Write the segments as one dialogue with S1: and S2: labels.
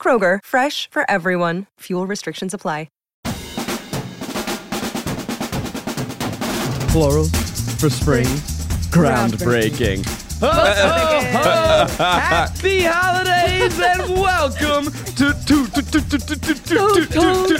S1: Kroger, fresh for everyone. Fuel restrictions apply.
S2: plural for spring. Groundbreaking.
S3: Happy holidays and welcome to to to to to to to to to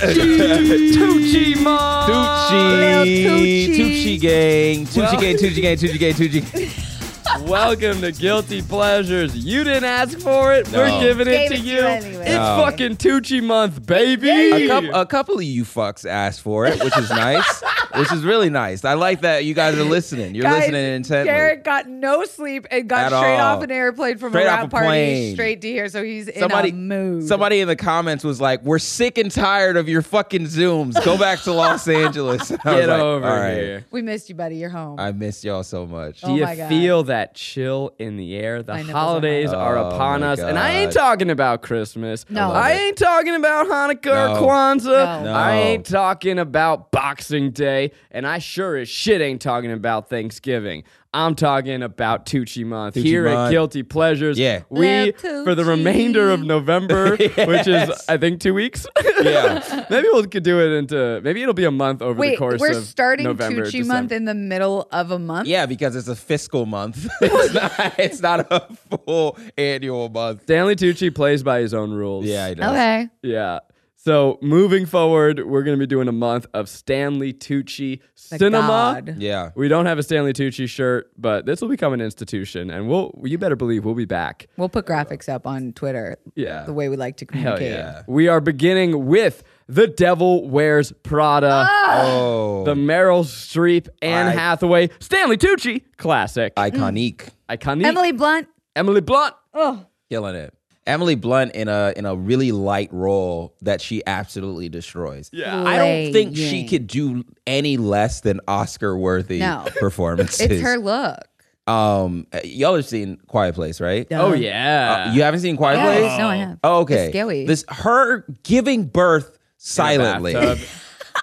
S3: Tucci Mom.
S2: Tucci. Tucci.
S3: Tucci gang.
S2: Well-
S3: Tucci gang. Tucci gang. Tucci gang. Tucci. Welcome to Guilty Pleasures. You didn't ask for it. We're giving it
S4: Gave
S3: to
S4: it to
S3: you.
S4: you anyway.
S3: It's fucking Tucci month, baby.
S5: a, coup- a couple of you fucks asked for it, which is nice, which is really nice. I like that you guys are listening. You're
S4: Guys,
S5: listening intently.
S4: Garrett got no sleep and got
S5: At
S4: straight
S5: all.
S4: off an airplane from
S5: Straight
S4: a
S5: off
S4: rap
S5: a
S4: party
S5: plane.
S4: straight to here. So he's
S5: Somebody-
S4: in a mood.
S5: Somebody in the comments was like, "We're sick and tired of your fucking zooms. Go back to Los Angeles." And I was
S3: Get
S5: like,
S3: over
S5: "All right,
S3: here.
S4: we missed you, buddy. You're home.
S5: I miss y'all so much.
S4: Oh
S3: Do you
S4: my God.
S3: feel that chill in the air? The
S4: My nipples are
S3: holidays
S5: hot.
S3: are
S5: Oh
S3: upon
S5: my
S3: us. And I ain't
S5: God.
S3: talking about Christmas.
S4: No. I love
S3: I
S5: it.
S3: ain't talking about Hanukkah
S5: No.
S3: or Kwanzaa.
S4: No.
S3: I
S5: No.
S3: ain't talking about Boxing Day. And I sure as shit ain't talking about Thanksgiving. I'm talking about Tucci Month
S5: Tucci
S3: here at
S5: Month.
S3: Guilty Pleasures.
S5: Yeah.
S3: We,
S4: Love
S3: for the
S4: Tucci.
S3: remainder of November, which is, I think, two weeks.
S5: Yeah.
S3: maybe we'll could do it into, maybe it'll be a month over the
S4: Wait,
S3: course
S4: we're
S3: of
S4: starting
S3: November,
S4: Tucci
S3: December.
S4: month in the middle of a month.
S5: Yeah, because it's a fiscal month. It's not. It's not a full annual month.
S3: Stanley Tucci plays by his own rules.
S5: Yeah, I know.
S4: Okay.
S3: Yeah. So moving forward, we're going to be doing a month of Stanley Tucci
S4: The
S3: cinema.
S4: God.
S5: Yeah.
S3: We don't have a Stanley Tucci shirt, but this will become an institution, and we'll you better believe we'll be back.
S4: We'll put graphics up on Twitter.
S3: Yeah.
S4: The way we like to
S3: Hell
S4: communicate.
S3: Oh, yeah. We are beginning with The Devil Wears Prada,
S5: Oh,
S3: the Meryl Streep, Anne
S5: I-
S3: Hathaway, Stanley Tucci classic.
S5: iconic.
S3: Iconic.
S4: Emily Blunt.
S3: Emily Blunt.
S4: Oh,
S5: killing it. Emily Blunt in a in a really light role that she absolutely destroys.
S3: Yeah.
S5: I don't think she
S4: Laying.
S5: could do any less than Oscar worthy
S4: No.
S5: performances.
S4: it's her look.
S5: Um, y'all have seen Quiet Place, right?
S3: Oh
S5: Uh,
S3: yeah.
S5: you haven't seen Quiet
S4: Yes.
S5: Place?
S4: No, I have.
S5: Oh, okay.
S4: It's scary.
S5: This her giving birth silently.
S3: Bathtub.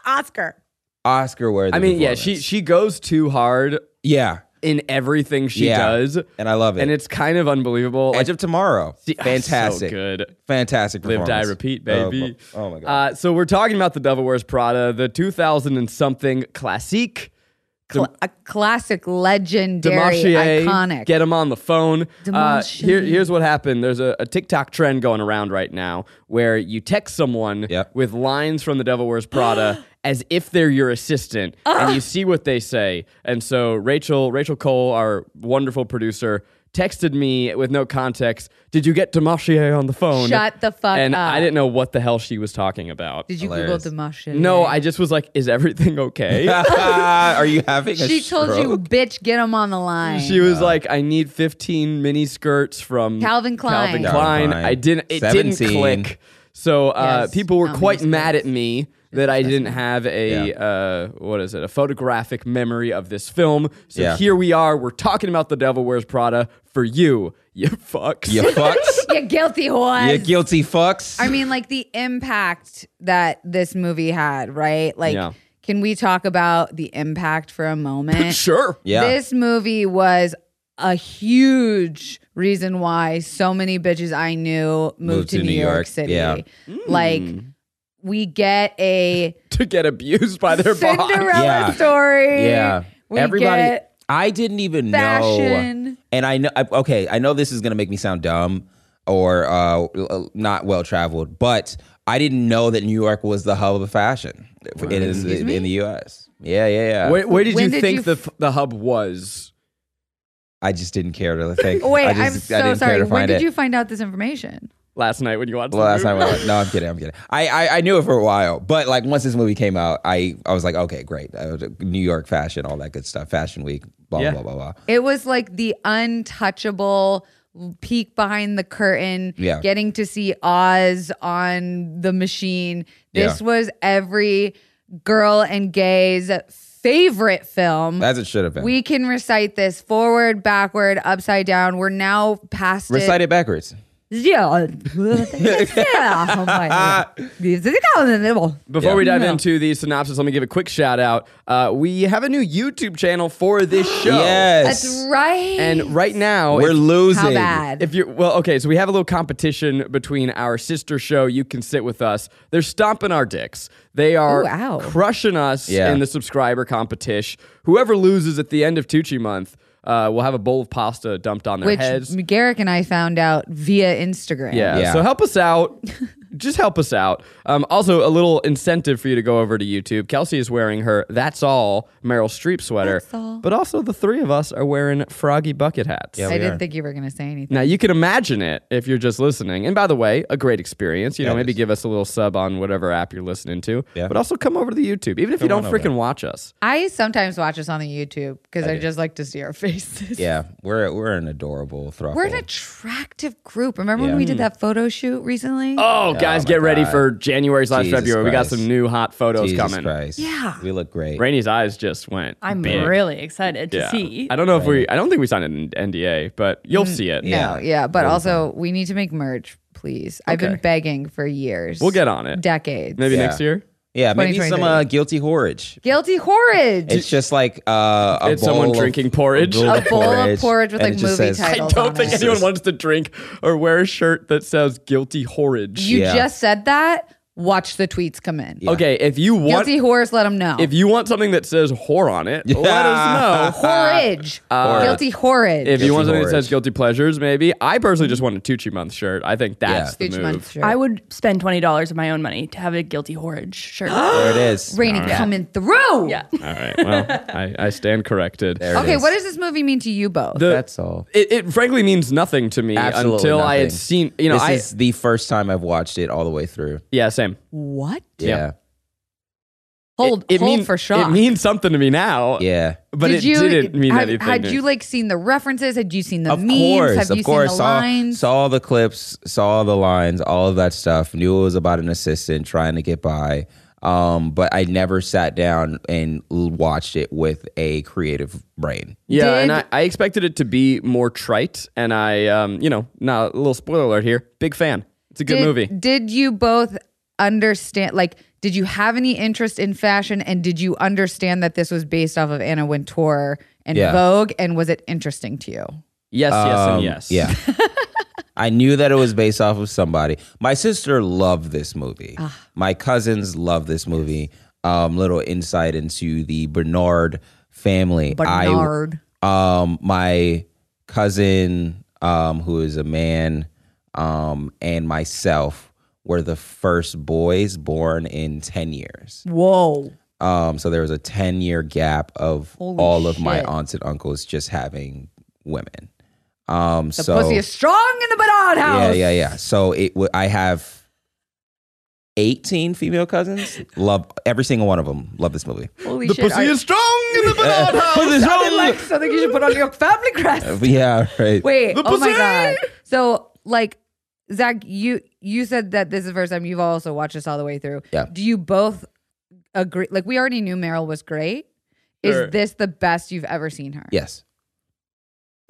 S4: Oscar.
S5: Oscar worthy.
S3: I mean, yeah, she she goes too hard
S5: yeah,
S3: in everything she
S5: Yeah.
S3: does.
S5: and I love it.
S3: and it's kind of unbelievable.
S5: Edge of Tomorrow.
S3: See, oh,
S5: Fantastic.
S3: so good.
S5: Fantastic.
S3: Live, die,
S5: performance.
S3: repeat,
S5: Oh,
S3: baby.
S5: Oh, my god.
S3: Uh, so we're talking about the Devil Wears Prada, the 2000 and something classique,
S4: Cl- a classic, legendary,
S3: Demarchier.
S4: iconic.
S3: Get him on the phone. Uh,
S4: Demarchier.
S3: here, here's what happened. There's a, a TikTok trend going around right now where you text someone
S5: Yep.
S3: with lines from the Devil Wears Prada as if they're your assistant, and you see what they say. And so Rachel, Rachel Cole, our wonderful producer. Texted me with no context. Did you get Demarchier on the phone?
S4: Shut the fuck
S3: and
S4: up.
S3: I didn't know what the hell she was talking about.
S4: Did you
S5: Hilarious.
S4: Google Demarche?
S3: No, I just was like, is everything okay?
S5: Are you having? A
S4: She told you,
S5: stroke?
S4: bitch, get him on the line.
S3: she was like, I need 15 mini skirts from
S4: Calvin Klein.
S3: Calvin
S5: Calvin
S3: Klein.
S5: Klein.
S3: I didn't. It didn't
S5: 17.
S3: click. So uh,
S4: Yes,
S3: people were
S4: not
S3: quite
S4: mini
S3: mad at
S4: skirts.
S3: me that I didn't have a uh, what is it? A photographic memory of this film. So
S5: Yeah.
S3: here we are. We're talking about The Devil Wears Prada for you. You fucks.
S5: You fucks.
S4: you guilty whore.
S5: You guilty fucks.
S4: I mean, like the impact that this movie had, right? Like,
S3: Yeah.
S4: can we talk about the impact for a moment?
S3: Sure.
S5: yeah.
S4: This movie was a huge reason why so many bitches I knew moved, to, New, York, City.
S5: yeah. Mm.
S4: Like, we get a
S3: To get abused by their boss.
S4: Cinderella
S5: Yeah.
S4: story.
S5: yeah.
S4: We
S5: Everybody.
S4: get
S5: I didn't even know.
S4: fashion.
S5: And I know. I, okay, I know this is gonna make me sound dumb or uh, l- not well traveled, but I didn't know that New York was the hub of fashion. It is in, the U.S. Yeah, yeah, yeah.
S3: Where, where did
S4: When
S3: you
S4: did
S3: think
S4: you
S3: the
S4: f-
S3: f- the hub was?
S5: I just didn't care to think.
S4: Wait,
S5: I
S4: I'm
S5: just, I didn't
S4: so
S5: Care
S4: sorry.
S5: to
S4: When
S5: find
S4: did
S5: it.
S4: you find out this information?
S3: last night when you watched
S5: Well,
S3: the
S5: last
S3: movie.
S5: time, we- no, I'm kidding, I'm kidding. I, I I knew it for a while, but like once this movie came out, I I was like, okay, great, Uh, New York fashion, all that good stuff, Fashion Week, blah
S3: Yeah.
S5: blah blah blah.
S4: It was like the untouchable peek behind the curtain,
S5: Yeah.
S4: getting to see Oz on the machine. This
S5: Yeah.
S4: was every girl and gay's favorite film.
S5: As it should have been.
S4: we can recite this forward, backward, upside down. We're now past
S5: recite it backwards.
S4: Yeah.
S3: Before we dive
S4: No.
S3: into the synopsis, let me give a quick shout out. Uh, we have a new YouTube channel for this show.
S5: Yes.
S4: That's right.
S3: And right now,
S5: We're
S3: if-
S5: losing.
S4: How bad?
S3: If you well, okay, so we have a little competition between our sister show. You can sit with us. They're stomping our dicks. They are
S4: Oh, wow.
S3: crushing us
S5: Yeah.
S3: in the subscriber competition. Whoever loses at the end of Tucci month, uh, will have a bowl of pasta dumped on their
S4: Which
S3: heads.
S4: Garrick and I found out via Instagram.
S3: Yeah.
S5: Yeah.
S3: So help us out. Just help us out. Um, also, a little incentive for you to go over to YouTube. Kelsey is wearing her "That's All" Meryl Streep sweater,
S4: That's all.
S3: but also the three of us are wearing froggy bucket hats.
S5: Yeah,
S4: I
S5: we
S4: didn't
S5: are.
S4: think you were going to say anything.
S3: Now you can imagine it if you're just listening. And by the way, a great experience. You know,
S5: That
S3: maybe
S5: is.
S3: give us a little sub on whatever app you're listening to.
S5: Yeah.
S3: But also come over to the YouTube, even if you
S5: Come
S3: don't
S5: on over.
S3: freaking watch us.
S4: I sometimes watch us on the YouTube because I, just like to see our faces.
S5: Yeah, we're we're an adorable throuple.
S4: We're an attractive group. Remember
S5: Yeah.
S4: when we did that photo shoot recently?
S3: Hmm. Oh, guys,
S5: my
S3: get ready
S5: God.
S3: for January slash
S5: Jesus
S3: February. We got
S5: Christ.
S3: some new hot photos
S5: Jesus
S3: coming.
S5: Christ.
S4: Yeah.
S5: we look great.
S3: Rainy's eyes just went.
S6: I'm
S3: big.
S6: really excited to
S3: Yeah.
S6: see.
S3: I don't know if we. I don't think we signed an NDA, but you'll see it.
S4: No, yeah. But also, we need to make merch, please. I've been
S3: Okay.
S4: begging for years.
S3: We'll get on it.
S4: Decades.
S3: Maybe
S5: Yeah.
S3: next year.
S5: Yeah, maybe some
S4: 2023.
S5: uh, guilty horage.
S4: Guilty Horrid.
S5: It's just like uh, a
S3: It's
S5: bowl
S3: someone
S5: of-
S3: drinking porridge.
S5: A bowl,
S4: A
S5: of,
S4: bowl of
S5: porridge,
S4: porridge with,
S5: and
S4: like,
S5: it just
S4: movie
S5: says,
S3: I
S4: titles.
S3: don't
S4: on
S3: think
S4: it.
S3: anyone wants to drink or wear a shirt that says "guilty horridge."
S4: you
S5: Yeah.
S4: just said that. Watch the tweets come in.
S3: Okay, if you want
S4: Guilty Horrors, let them know.
S3: If you want something that says whore on it, let us know.
S4: Horridge. Guilty Horrid.
S3: Uh, If you want something that
S5: Guilty
S3: says guilty pleasures, maybe. I personally just want a Tucci month shirt. I think that's
S4: Gucci
S3: the
S4: Month
S3: move.
S4: shirt.
S6: I would spend twenty dollars of my own money to have a guilty horrid shirt.
S5: There it is.
S4: Rainy coming through.
S6: yeah.
S3: All right. Well, I, I stand corrected.
S5: There it
S4: Okay,
S5: is.
S4: what does this movie mean to you both?
S3: The-
S5: That's all.
S3: It, it frankly means nothing to me
S5: Absolutely
S3: until I had
S5: nothing.
S3: seen. You know,
S5: this
S3: I
S5: is the first time I've watched it all the way through.
S3: yeah, same.
S4: what?
S5: Yeah,
S4: Hold,
S3: it, it
S4: hold
S3: mean-
S4: for shock.
S3: It means something to me now.
S5: yeah.
S3: but it didn't mean
S4: have-
S3: anything.
S4: Had
S3: to
S4: you
S3: me.
S4: like seen the references? Had you seen the
S5: Of
S4: memes?
S5: course,
S4: Have
S5: of
S4: you
S5: course.
S4: seen the
S5: saw
S4: lines?
S5: saw the clips, saw the lines, all of that stuff. Knew it was about an assistant trying to get by. Um, but I never sat down and l- watched it with a creative brain.
S3: Yeah, and
S4: Did-
S3: I, I expected it to be more trite, and I, um, you know, now a little spoiler alert here. Big fan. It's a good
S4: did,
S3: movie.
S4: Did you both understand? Like, did you have any interest in fashion? And did you understand that this was based off of Anna Wintour and
S5: Yeah.
S4: Vogue? And was it interesting to you?
S3: Yes, yes, and
S5: Um,
S3: yes.
S5: Yeah. I knew that it was based off of somebody. My sister loved this movie.
S4: Ah.
S5: My cousins love this movie. Um, little insight into the Bernard family. I-
S4: Bernard.
S5: um, my cousin, um, who is a man, um, and myself were the first boys born in ten years.
S4: Whoa.
S5: Um, so there was a 10 year gap of
S4: Holy
S5: all of my
S4: shit.
S5: aunts and uncles just having women. Um,
S4: The
S5: so
S4: pussy is strong in the Bernard
S5: yeah,
S4: house.
S5: yeah, yeah. So it w- I have 18 female cousins. Love every single one of them. Love this movie.
S4: Holy
S3: The
S4: shit.
S3: pussy
S4: I-
S3: is strong in
S5: Uh,
S3: the banana.
S5: Pussy's
S4: sounded like something you should put on your family crest.
S5: yeah, right.
S4: Wait,
S3: The
S4: oh my
S3: pussy!
S4: god. So like Zach, you you said that this is the first time you've also watched this all the way through.
S5: Yeah.
S4: Do you both agree like we already knew Meryl was great? Is
S3: Sure.
S4: this the best you've ever seen her?
S5: Yes.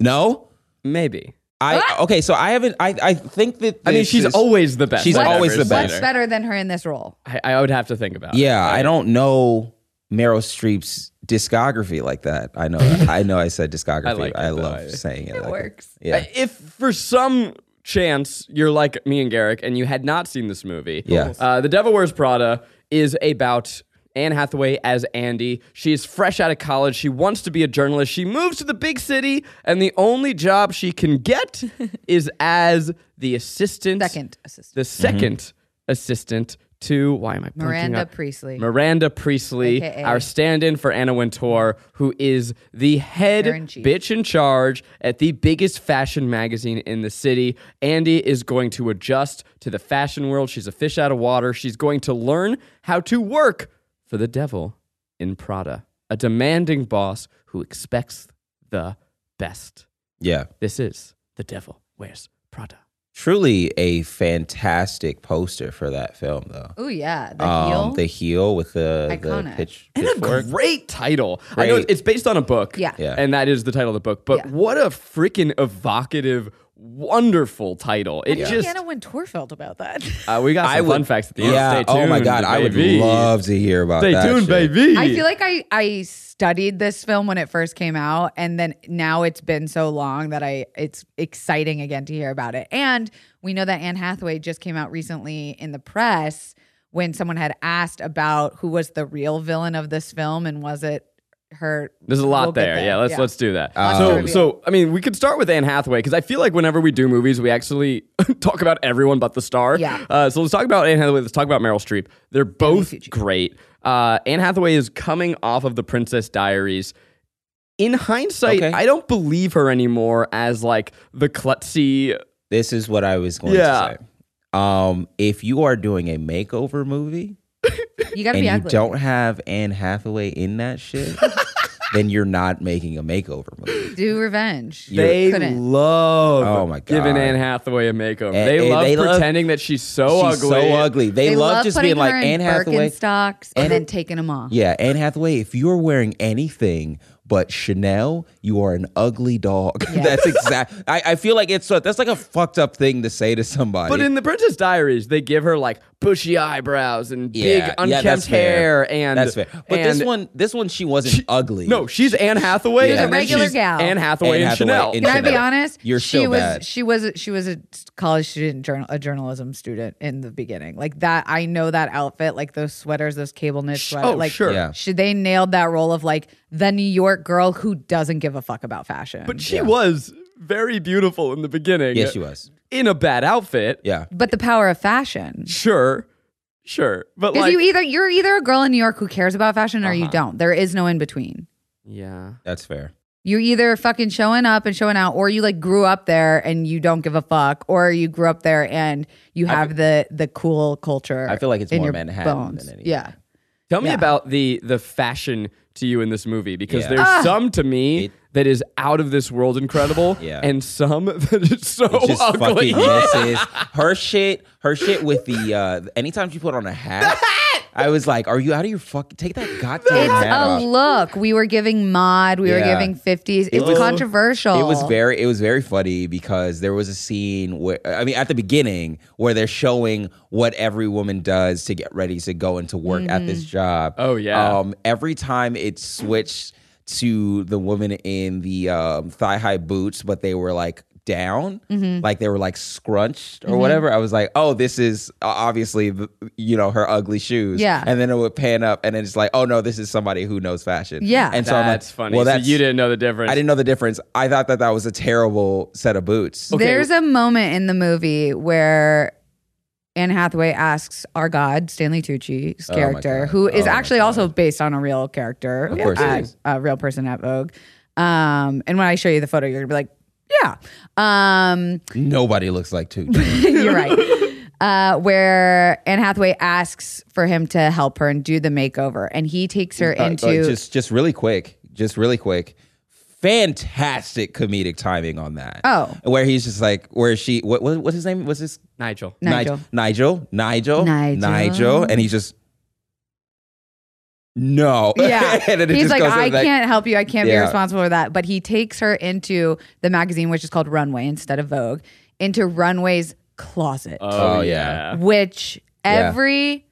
S5: No.
S3: Maybe.
S5: I okay. So I haven't. I I think that
S3: I mean,
S5: this
S3: she's
S5: is-
S3: always the best.
S5: she's
S3: I've
S5: always
S3: ever
S5: the
S3: seen
S4: What's
S5: Better.
S3: her.
S4: better than her in this role?
S3: I, I would have to think about it.
S5: Yeah, I don't know Meryl Streep's discography like that. I know, I know, I said discography.
S3: I
S5: I,
S3: like it, though.
S5: love
S3: I-
S5: saying it. It
S4: works.
S5: Yeah,
S3: I- If for some chance you're like me and Garrick and you had not seen this movie,
S5: Yeah.
S3: uh, The Devil Wears Prada is about Anne Hathaway as Andy. She is fresh out of college. She wants to be a journalist. She moves to the big city, and the only job she can get is as the assistant.
S4: Second assistant.
S3: The 2nd assistant to why am I blanking
S4: Miranda
S3: on-
S4: Priestley.
S3: Miranda Priestley,
S4: AKA.
S3: our stand-in for Anna Wintour, who is the head
S4: Hair-in-chief.
S3: bitch in charge at the biggest fashion magazine in the city. Andy is going to adjust to the fashion world. She's a fish out of water. She's going to learn how to work for the devil in Prada, a demanding boss who expects the best.
S5: yeah.
S3: This is the devil wears Prada.
S5: Truly a fantastic poster for that film, though.
S4: Oh yeah, the
S5: um,
S4: heel.
S5: the heel with the, the
S4: Iconic.
S5: pitch,
S3: And a
S5: pitchfork.
S3: great title. I know
S5: Great.
S3: it's based on a book.
S4: Yeah.
S5: Yeah.
S3: And that is the title of the book. But
S4: Yeah.
S3: what a freaking evocative, wonderful title. It
S4: How did
S3: just
S4: Anna Wintour felt about that.
S3: uh, we got some
S5: I would-
S3: fun facts at the end.
S5: Yeah.
S3: Stay tuned,
S5: oh my God, I would
S3: baby.
S5: love to hear about
S3: Stay
S5: that.
S3: tuned,
S5: shit.
S3: baby.
S4: I feel like I I studied this film when it first came out, and then now it's been so long that I it's exciting again to hear about it. And we know that Anne Hathaway just came out recently in the press when someone had asked about who was the real villain of this film and was it her.
S3: There's a lot
S4: We'll get
S3: there.
S4: there.
S3: Yeah, let's
S4: Yeah.
S3: let's do that.
S5: Lots
S4: to
S3: so
S4: review.
S3: so I mean, we could start with Anne Hathaway because I feel like whenever we do movies, we actually talk about everyone but the star.
S4: Yeah.
S3: Uh, so let's talk about Anne Hathaway. Let's talk about Meryl Streep. They're both great. Uh, Anne Hathaway is coming off of The Princess Diaries. In hindsight,
S5: Okay.
S3: I don't believe her anymore as like the klutzy.
S5: This is what I was going
S3: Yeah.
S5: to say. Um, if you are doing a makeover movie
S4: You gotta
S5: and
S4: be
S5: you
S4: ugly.
S5: don't have Anne Hathaway in that shit, then you're not making a makeover movie.
S4: do revenge.
S3: They
S4: couldn't.
S3: love
S5: Oh my God.
S3: giving Anne Hathaway a makeover.
S5: Eh,
S3: they
S5: eh,
S3: love
S5: they love-
S3: pretending that she's so
S5: She's
S3: ugly.
S5: so ugly. They, love, just
S4: putting
S5: being like
S4: her in
S5: Anne Hathaway.
S4: Birkenstocks and,
S5: Anne-
S4: then taking them off.
S5: Yeah, Anne Hathaway, if you're wearing anything but Chanel, you are an ugly dog. that's exact. I, I feel like it's that's like a fucked up thing to say to somebody.
S3: But in the Princess Diaries, they give her like bushy eyebrows and big
S5: yeah,
S3: unkempt
S5: that's fair.
S3: hair, and
S5: that's fair. But this
S3: and-
S5: one, this one, she wasn't ugly.
S3: no, she's Anne Hathaway.
S5: She's a
S3: and then
S4: regular
S3: she's
S4: gal.
S3: Anne Hathaway
S5: Anne
S3: and
S5: Hathaway
S3: Chanel.
S5: in
S4: Can I be
S5: Chanel.
S4: honest?
S5: You're
S4: she
S5: so
S4: was
S5: bad.
S4: she was she was a college student journal a journalism student in the beginning. Like that I know that outfit, like those sweaters, those cable knit sweaters.
S3: oh,
S4: like
S3: sure.
S5: Yeah.
S4: she, they nailed that role of like the New York girl who doesn't give a fuck about fashion.
S3: But she was very beautiful in the beginning.
S5: Yes, she was.
S3: in a bad outfit.
S5: Yeah.
S4: but the power of fashion.
S3: sure, sure. But
S4: Because
S3: like,
S4: you either you're either a girl in New York who cares about fashion or you don't. There is no in between.
S3: yeah,
S5: That's fair.
S4: You're either fucking showing up and showing out, or you like grew up there and you don't give a fuck, or you grew up there and you have the the cool culture.
S5: I feel like it's
S4: in
S5: more
S4: your
S5: Manhattan
S4: bones.
S5: than anything.
S4: Yeah,
S3: Tell me
S4: Yeah.
S3: about the the fashion to you in this movie because
S5: Yeah.
S3: there's some to me
S5: It-
S3: that is out of this world incredible,
S5: Yeah.
S3: and some that is so
S5: It just
S3: ugly.
S5: fucking misses her shit. Her shit with the uh anytime she put on a hat, I was like, "Are you out of your fucking take that goddamn
S4: it's
S5: hat
S4: a
S5: off?"
S4: look. We were giving mod. We were
S5: Yeah.
S4: giving fifties. It's
S5: was-
S4: controversial.
S5: It was very it was very funny because there was a scene where I mean at the beginning where they're showing what every woman does to get ready to go into work at
S4: Mm-hmm.
S5: this job.
S3: Oh, yeah.
S5: Um every time it switched to the woman in the um, thigh high boots, but they were like down,
S4: Mm-hmm.
S5: like they were like scrunched or whatever. I was like, oh, this is uh, obviously the, you know her ugly shoes.
S4: Yeah.
S5: and then it would pan up, and then it's like, oh no, this is somebody who knows fashion.
S4: Yeah.
S5: and so I'm like,
S3: That's funny.
S5: Well,
S3: So
S5: that's
S3: you didn't know the difference.
S5: I didn't know the difference. I thought that that was a terrible set of boots.
S4: There's a moment in the movie where Anne Hathaway asks our god Stanley Tucci's
S5: my
S4: character,
S5: God.
S4: who is
S5: Oh my
S4: actually also based on a real character, of
S5: course it is.
S4: a real person at Vogue. Um, and when I show you the photo, you're gonna be like, yeah. Um,
S5: Nobody looks like two.
S4: You're right. Uh, where Anne Hathaway asks for him to help her and do the makeover, and he takes her into
S5: Uh, just just really quick, just really quick. Fantastic comedic timing on that.
S4: Oh.
S5: where he's just like, where she, what, what what's his name? What's his
S3: Nigel.
S4: Ni- Nigel.
S5: Ni- Nigel, Nigel,
S4: Nigel.
S5: Nigel, and he's just no.
S4: yeah.
S5: and then it
S4: He's
S5: just
S4: like,
S5: goes
S4: I
S5: like,
S4: can't help you. I can't
S5: Yeah.
S4: be responsible for that. But he takes her into the magazine, which is called Runway instead of Vogue, into Runway's closet,
S5: Oh, yeah.
S4: which
S5: Yeah.
S4: every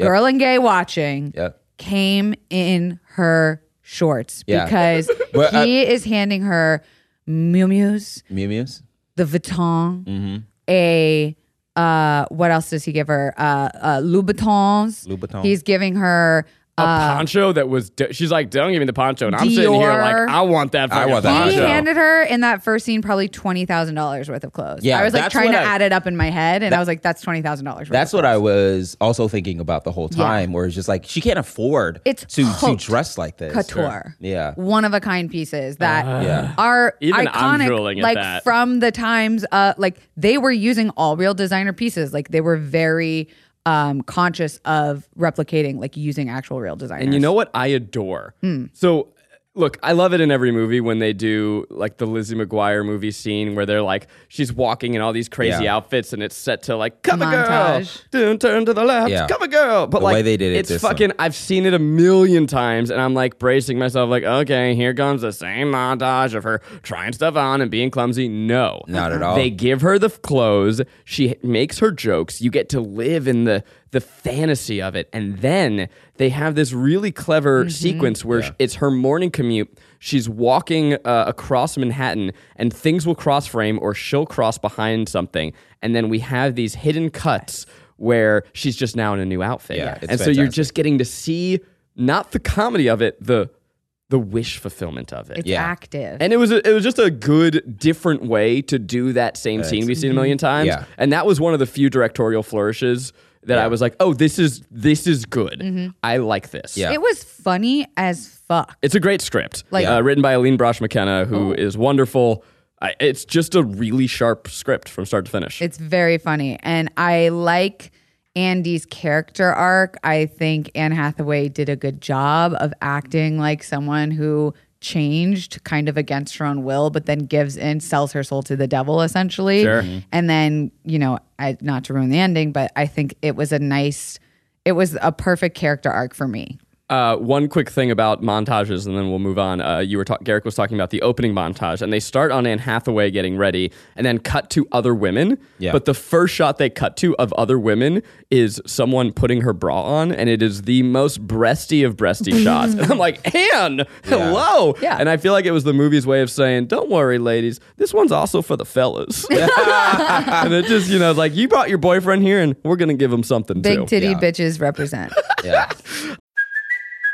S5: Yep.
S4: girl and gay watching
S5: Yeah.
S4: came in her shorts
S5: Yeah.
S4: because
S5: But, uh,
S4: he is handing her Miu Miu's,
S5: Mew Mews.
S4: the Vuitton,
S5: Mm-hmm.
S4: a uh, what else does he give her? Uh, uh, Louboutins.
S5: Louboutin.
S4: He's giving her
S3: A
S4: Uh,
S3: poncho that was. d she's like, don't give me the poncho, and I'm
S4: Dior.
S3: sitting here like, I want that.
S5: I
S3: fucking
S5: want that
S4: He
S5: Poncho.
S3: poncho.
S4: handed her in that first scene probably twenty thousand dollars worth of clothes.
S5: Yeah,
S4: I was like
S5: that's
S4: trying to
S5: what I-
S4: add it up in my head, and I was like, "That's twenty thousand dollars."
S5: That's what I was also thinking about the whole
S4: Yeah.
S5: time, where it's just like she can't afford
S4: It's
S5: to, to
S4: haute
S5: dress like this.
S4: couture.
S5: Yeah. Ah.
S4: one of a kind pieces that
S5: Yeah.
S4: are
S3: Even I'm drooling
S4: iconic,
S3: at
S4: like
S3: that.
S4: from the times. Uh, like they were using all real designer pieces. Like they were very um conscious of replicating, like using actual real designers. Hmm.
S3: And you know what I adore? So Look, I love it in every movie when they do like the Lizzie McGuire movie scene where they're like she's walking in all these crazy
S5: Yeah.
S3: outfits and it's set to like cover girl,
S4: Montage.
S3: turn, turn to the left,
S5: Yeah.
S3: cover girl. But
S5: The
S3: like
S5: way they did it
S3: it's
S5: this time.
S3: fucking. I've seen it a million times and I'm like bracing myself like okay, here comes the same montage of her trying stuff on and being clumsy. No,
S5: Not at all.
S3: They give her the f- clothes. She makes her jokes. You get to live in the the fantasy of it, and then they have this really clever sequence where sh it's her morning commute. She's walking uh, across Manhattan, and things will cross frame, or she'll cross behind something, and then we have these hidden cuts where she's just now in a new outfit.
S5: Yeah, it's
S3: and so you're
S5: fantastic.
S3: just getting to see not the comedy of it, the the wish fulfillment of it.
S4: It's
S5: Yeah.
S4: active.
S3: And it was a, it was just a good different way to do that same scene we've seen
S4: Mm-hmm.
S3: a million times.
S5: Yeah.
S3: And that was one of the few directorial flourishes that I was like, "Oh, this is this is good.
S4: Mm-hmm.
S3: I like this."
S5: Yeah.
S4: It was funny as fuck.
S3: It's a great script.
S4: Like- Oh.
S3: uh, written by Aline Brosh McKenna who is wonderful. I, it's just a really sharp script from start to finish.
S4: It's very funny. And I like Andy's character arc. I think Anne Hathaway did a good job of acting like someone who changed kind of against her own will, but then gives in, sells her soul to the devil essentially.
S3: Sure. Mhm.
S4: And then, you know, I, not to ruin the ending, but I think it was a nice, it was a perfect character arc for me.
S3: Uh, one quick thing about montages, and then we'll move on. Uh, you were ta- Garrick was talking about the opening montage, and they start on Anne Hathaway getting ready, and then cut to other women.
S5: Yeah.
S3: But the first shot they cut to of other women is someone putting her bra on, and it is the most breasty of breasty shots. And I'm like, Anne, hello.
S4: Mm-hmm. Yeah.
S3: And I feel like it was the movie's way of saying, "Don't worry, ladies, this one's also for the fellas." and it just, you know, like you brought your boyfriend here, and we're gonna give him something too.
S4: Big titty
S5: Yeah.
S4: bitches represent.
S5: Yeah.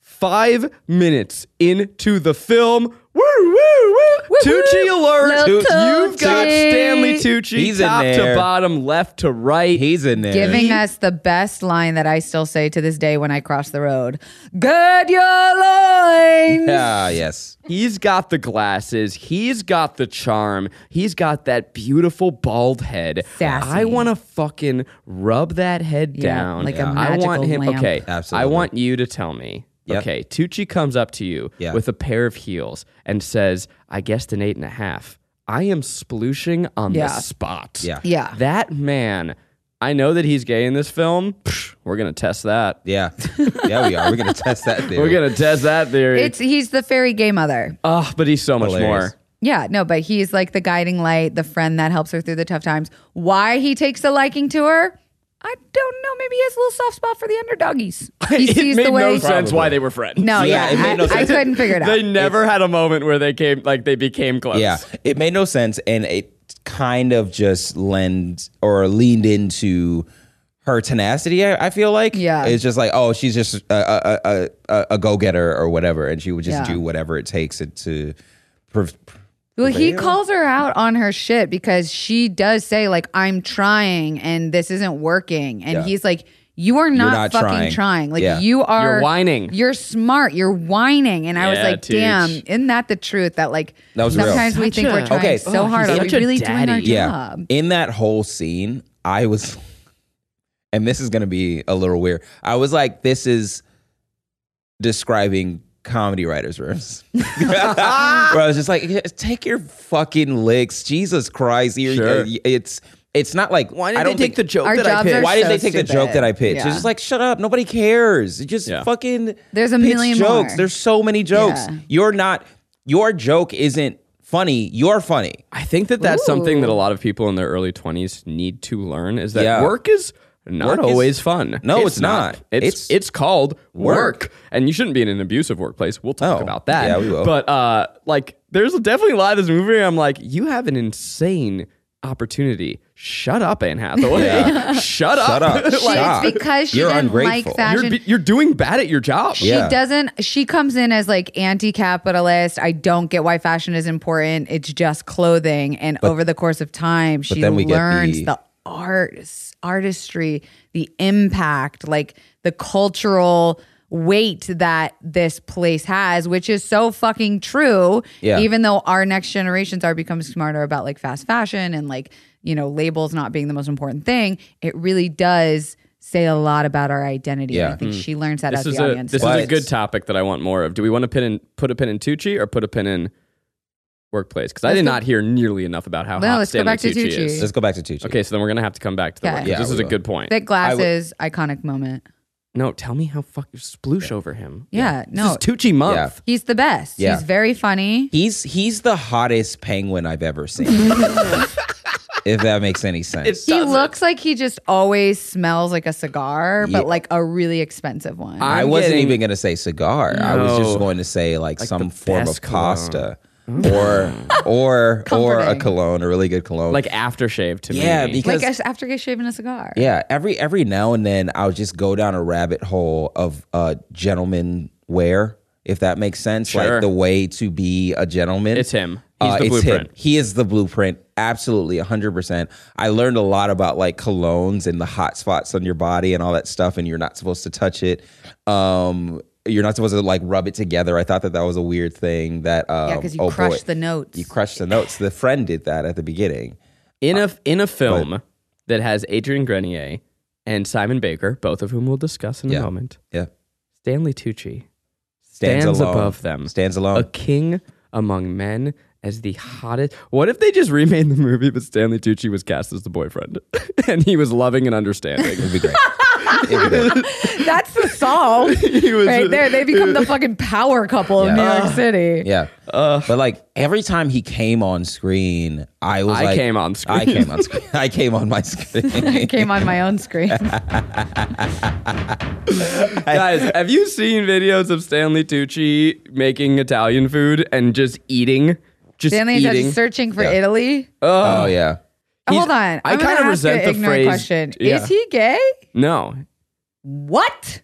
S3: five minutes into the film. Woo, woo, woo. Tucci alert.
S4: Lil
S3: You've got
S4: Tucci.
S3: Stanley Tucci
S5: He's in
S3: top to
S5: there.
S3: bottom, left to right.
S5: He's in there.
S4: giving us the best line that I still say to this day when I cross the road. Gird your loins.
S5: Yeah, yes.
S3: He's got the glasses. He's got the charm. He's got that beautiful bald head.
S4: Sassy.
S3: I want to fucking rub that head
S4: Yeah,
S3: down.
S4: like a
S3: I want
S4: magical
S3: him.
S4: lamp.
S3: Okay, I
S5: Absolutely.
S3: want you to tell me.
S5: Yep.
S3: Okay, Tucci comes up to you
S5: Yeah.
S3: with a pair of heels and says, "I guessed an eight and a half. I am splooshing on
S4: Yeah.
S3: the spot."
S5: Yeah.
S4: Yeah.
S3: that man. I know that he's gay in this film. Psh, we're gonna test that.
S5: Yeah. Yeah, we are. We're going to test that theory.
S3: We're gonna test that theory.
S4: It's he's the fairy gay mother.
S3: oh, but he's so much
S5: Hilarious.
S3: more.
S4: Yeah, no, but he's like the guiding light, the friend that helps her through the tough times. Why he takes a liking to her? I don't know. Maybe he has a little soft spot for the underdoggies. He
S3: it
S4: sees
S3: made
S4: the way.
S3: no sense why they were friends.
S4: No,
S5: Yeah,
S4: yeah,
S5: it made
S4: I,
S5: no
S4: I
S5: sense.
S4: couldn't figure it out.
S3: They never had a moment where they came like they became close.
S5: Yeah, it made no sense, and it kind of just lends or leaned into her tenacity. I, I feel like,
S4: Yeah.
S5: it's just like, oh, she's just a a, a, a, a go getter or whatever, and she would just
S4: Yeah.
S5: do whatever it takes it to. Pre-
S4: Well, he calls her out on her shit because she does say like I'm trying and this isn't working, and he's like, "You are not,
S5: not
S4: fucking trying.
S5: trying.
S4: Like
S5: Yeah.
S4: you are
S3: whining.
S4: You're smart. You're whining." And I was
S3: Yeah,
S4: like,
S3: Teach.
S4: "Damn, isn't that the truth? That like
S5: That was real.
S4: sometimes we
S3: Such
S4: think
S3: a-
S4: we're trying
S5: Okay.
S4: so
S5: Oh,
S4: hard.
S3: he's
S4: Are we
S3: such a
S4: really doing our
S3: daddy.
S5: yeah,
S4: job?"
S5: in that whole scene, I was, and this is gonna be a little weird. I was like, this is describing comedy writers' rooms. where I was just like, take your fucking licks, Jesus Christ! You're-
S3: Sure.
S5: It's it's not like why did I don't think,
S3: joke
S4: Our that I jobs pitched? are-
S5: Why did they
S4: so
S5: take the
S4: stupid.
S5: joke that I pitched?
S4: Yeah.
S5: It's just like shut up, nobody cares. It Just
S3: Yeah.
S5: fucking.
S4: There's a
S5: pitch
S4: million
S5: jokes.
S4: more.
S5: There's so many jokes.
S4: Yeah.
S5: You're not. Your joke isn't funny. You're funny.
S3: I think that that's something that a lot of people in their early 20s need to learn is that
S5: Yeah.
S3: work is not
S5: Work is-
S3: always fun.
S5: No, it's not.
S3: It's it's,
S5: It's-
S3: called work.
S5: Work.
S3: and you shouldn't be in an abusive workplace. We'll talk
S5: Oh,
S3: about that.
S5: yeah, we will.
S3: But uh, like, there's definitely a lot of this movie. Where I'm like, you have an insane opportunity. Shut up, Anne Hathaway. Shut up.
S5: Shut up.
S3: Like,
S5: Shut up.
S4: It's because she
S5: You're
S4: didn't
S5: ungrateful.
S4: like fashion.
S3: You're, be- you're doing bad at your job.
S4: She
S5: Yeah.
S4: doesn't. She comes in as like anti-capitalist. I don't get why fashion is important. It's just clothing. And over the course of time, she
S5: then we get
S4: learns
S5: the-
S4: the, art, artistry, the impact, like the cultural weight that this place has, which is so fucking true.
S5: Yeah.
S4: Even though our next generations are becoming smarter about like fast fashion and like you know labels not being the most important thing, it really does. Say a lot about our identity.
S5: Yeah.
S4: And
S5: Hmm.
S4: I think she learns that
S3: This
S4: as
S3: is
S4: the
S3: a
S4: audience.
S3: this
S5: But-
S3: is a good topic that I want more of. Do we want to pin in, put a pin in Tucci or put a pin in workplace? Because I
S4: Let's
S3: did
S4: go-
S3: not hear nearly enough about how
S4: No,
S3: hot
S4: let's go
S3: Stanley
S4: back to
S3: Tucci,
S4: Tucci.
S3: is.
S5: Let's go back to Tucci.
S3: Okay, so then we're gonna have to come back to the
S4: Okay.
S3: workplace.
S5: Yeah,
S3: this
S5: we
S3: is a
S5: will.
S3: good point.
S4: Thick glasses, iconic moment.
S3: no, tell me how fuck you sploosh over him.
S4: Yeah, no.
S3: This is Tucci month.
S5: Yeah.
S4: He's the best.
S5: Yeah.
S4: He's very funny.
S5: He's he's the hottest penguin I've ever seen. if that makes any sense.
S3: It's-
S4: He
S3: Does it.
S4: looks like he just always smells like a cigar, but like a really expensive one.
S3: I-
S5: I
S3: I'm
S5: wasn't
S3: getting-
S5: even gonna say cigar. I was
S3: No.
S5: just going to say like, some
S3: the
S5: form
S3: best
S5: of pasta or or or a
S4: Comforting.
S5: cologne, a really good cologne.
S3: Like aftershave to
S5: yeah,
S3: me.
S5: because
S4: like as- after he's shaving a cigar.
S5: yeah, every every now and then I'll just go down a rabbit hole of uh gentleman wear, if that makes sense.
S3: Sure.
S5: Like the way to be a gentleman. Uh,
S3: It's him. He's the
S5: it's
S3: blueprint.
S5: Him. He is the blueprint. Absolutely, 100%. I learned a lot about like colognes and the hot spots on your body and all that stuff, and you're not supposed to touch it. Um, you're not supposed to like rub it together. I thought that that was a weird thing that, um,
S4: Yeah, because you
S5: oh,
S4: crush
S5: boy.
S4: the notes.
S5: You crush the notes. The friend did that at the beginning.
S3: in a in a film that has Adrian Grenier and Simon Baker, both of whom we'll discuss in
S5: Yeah.
S3: a moment.
S5: Yeah.
S3: Stanley Tucci
S5: Stands
S3: stands,
S5: alone.
S3: above them.
S5: Stands
S3: a
S5: alone.
S3: king among men as the hottest. What if they just remade the movie, but Stanley Tucci was cast as the boyfriend, and he was loving and understanding.
S5: It'd be great. It'd be great.
S4: That's the song
S3: was-
S4: right there. They become the fucking power couple of
S5: Yeah.
S4: New York City.
S5: Yeah. but like every time he came on screen, I was
S3: I
S5: like,
S3: came on screen.
S5: I came on screen. I came on my screen.
S4: Came on my own screen.
S3: Guys, have you seen videos of Stanley Tucci making Italian food and just eating? Just
S4: Stanley and Dutch
S3: eating.
S4: is searching for Italy.
S5: oh yeah.
S3: Uh, He's-
S4: Hold on.
S3: I
S4: I'm
S3: kinda
S4: gonna ask
S3: resent
S4: an
S3: the
S4: ignorant
S3: phrase-
S4: question.
S3: yeah.
S4: Is he gay?
S3: no,
S4: What?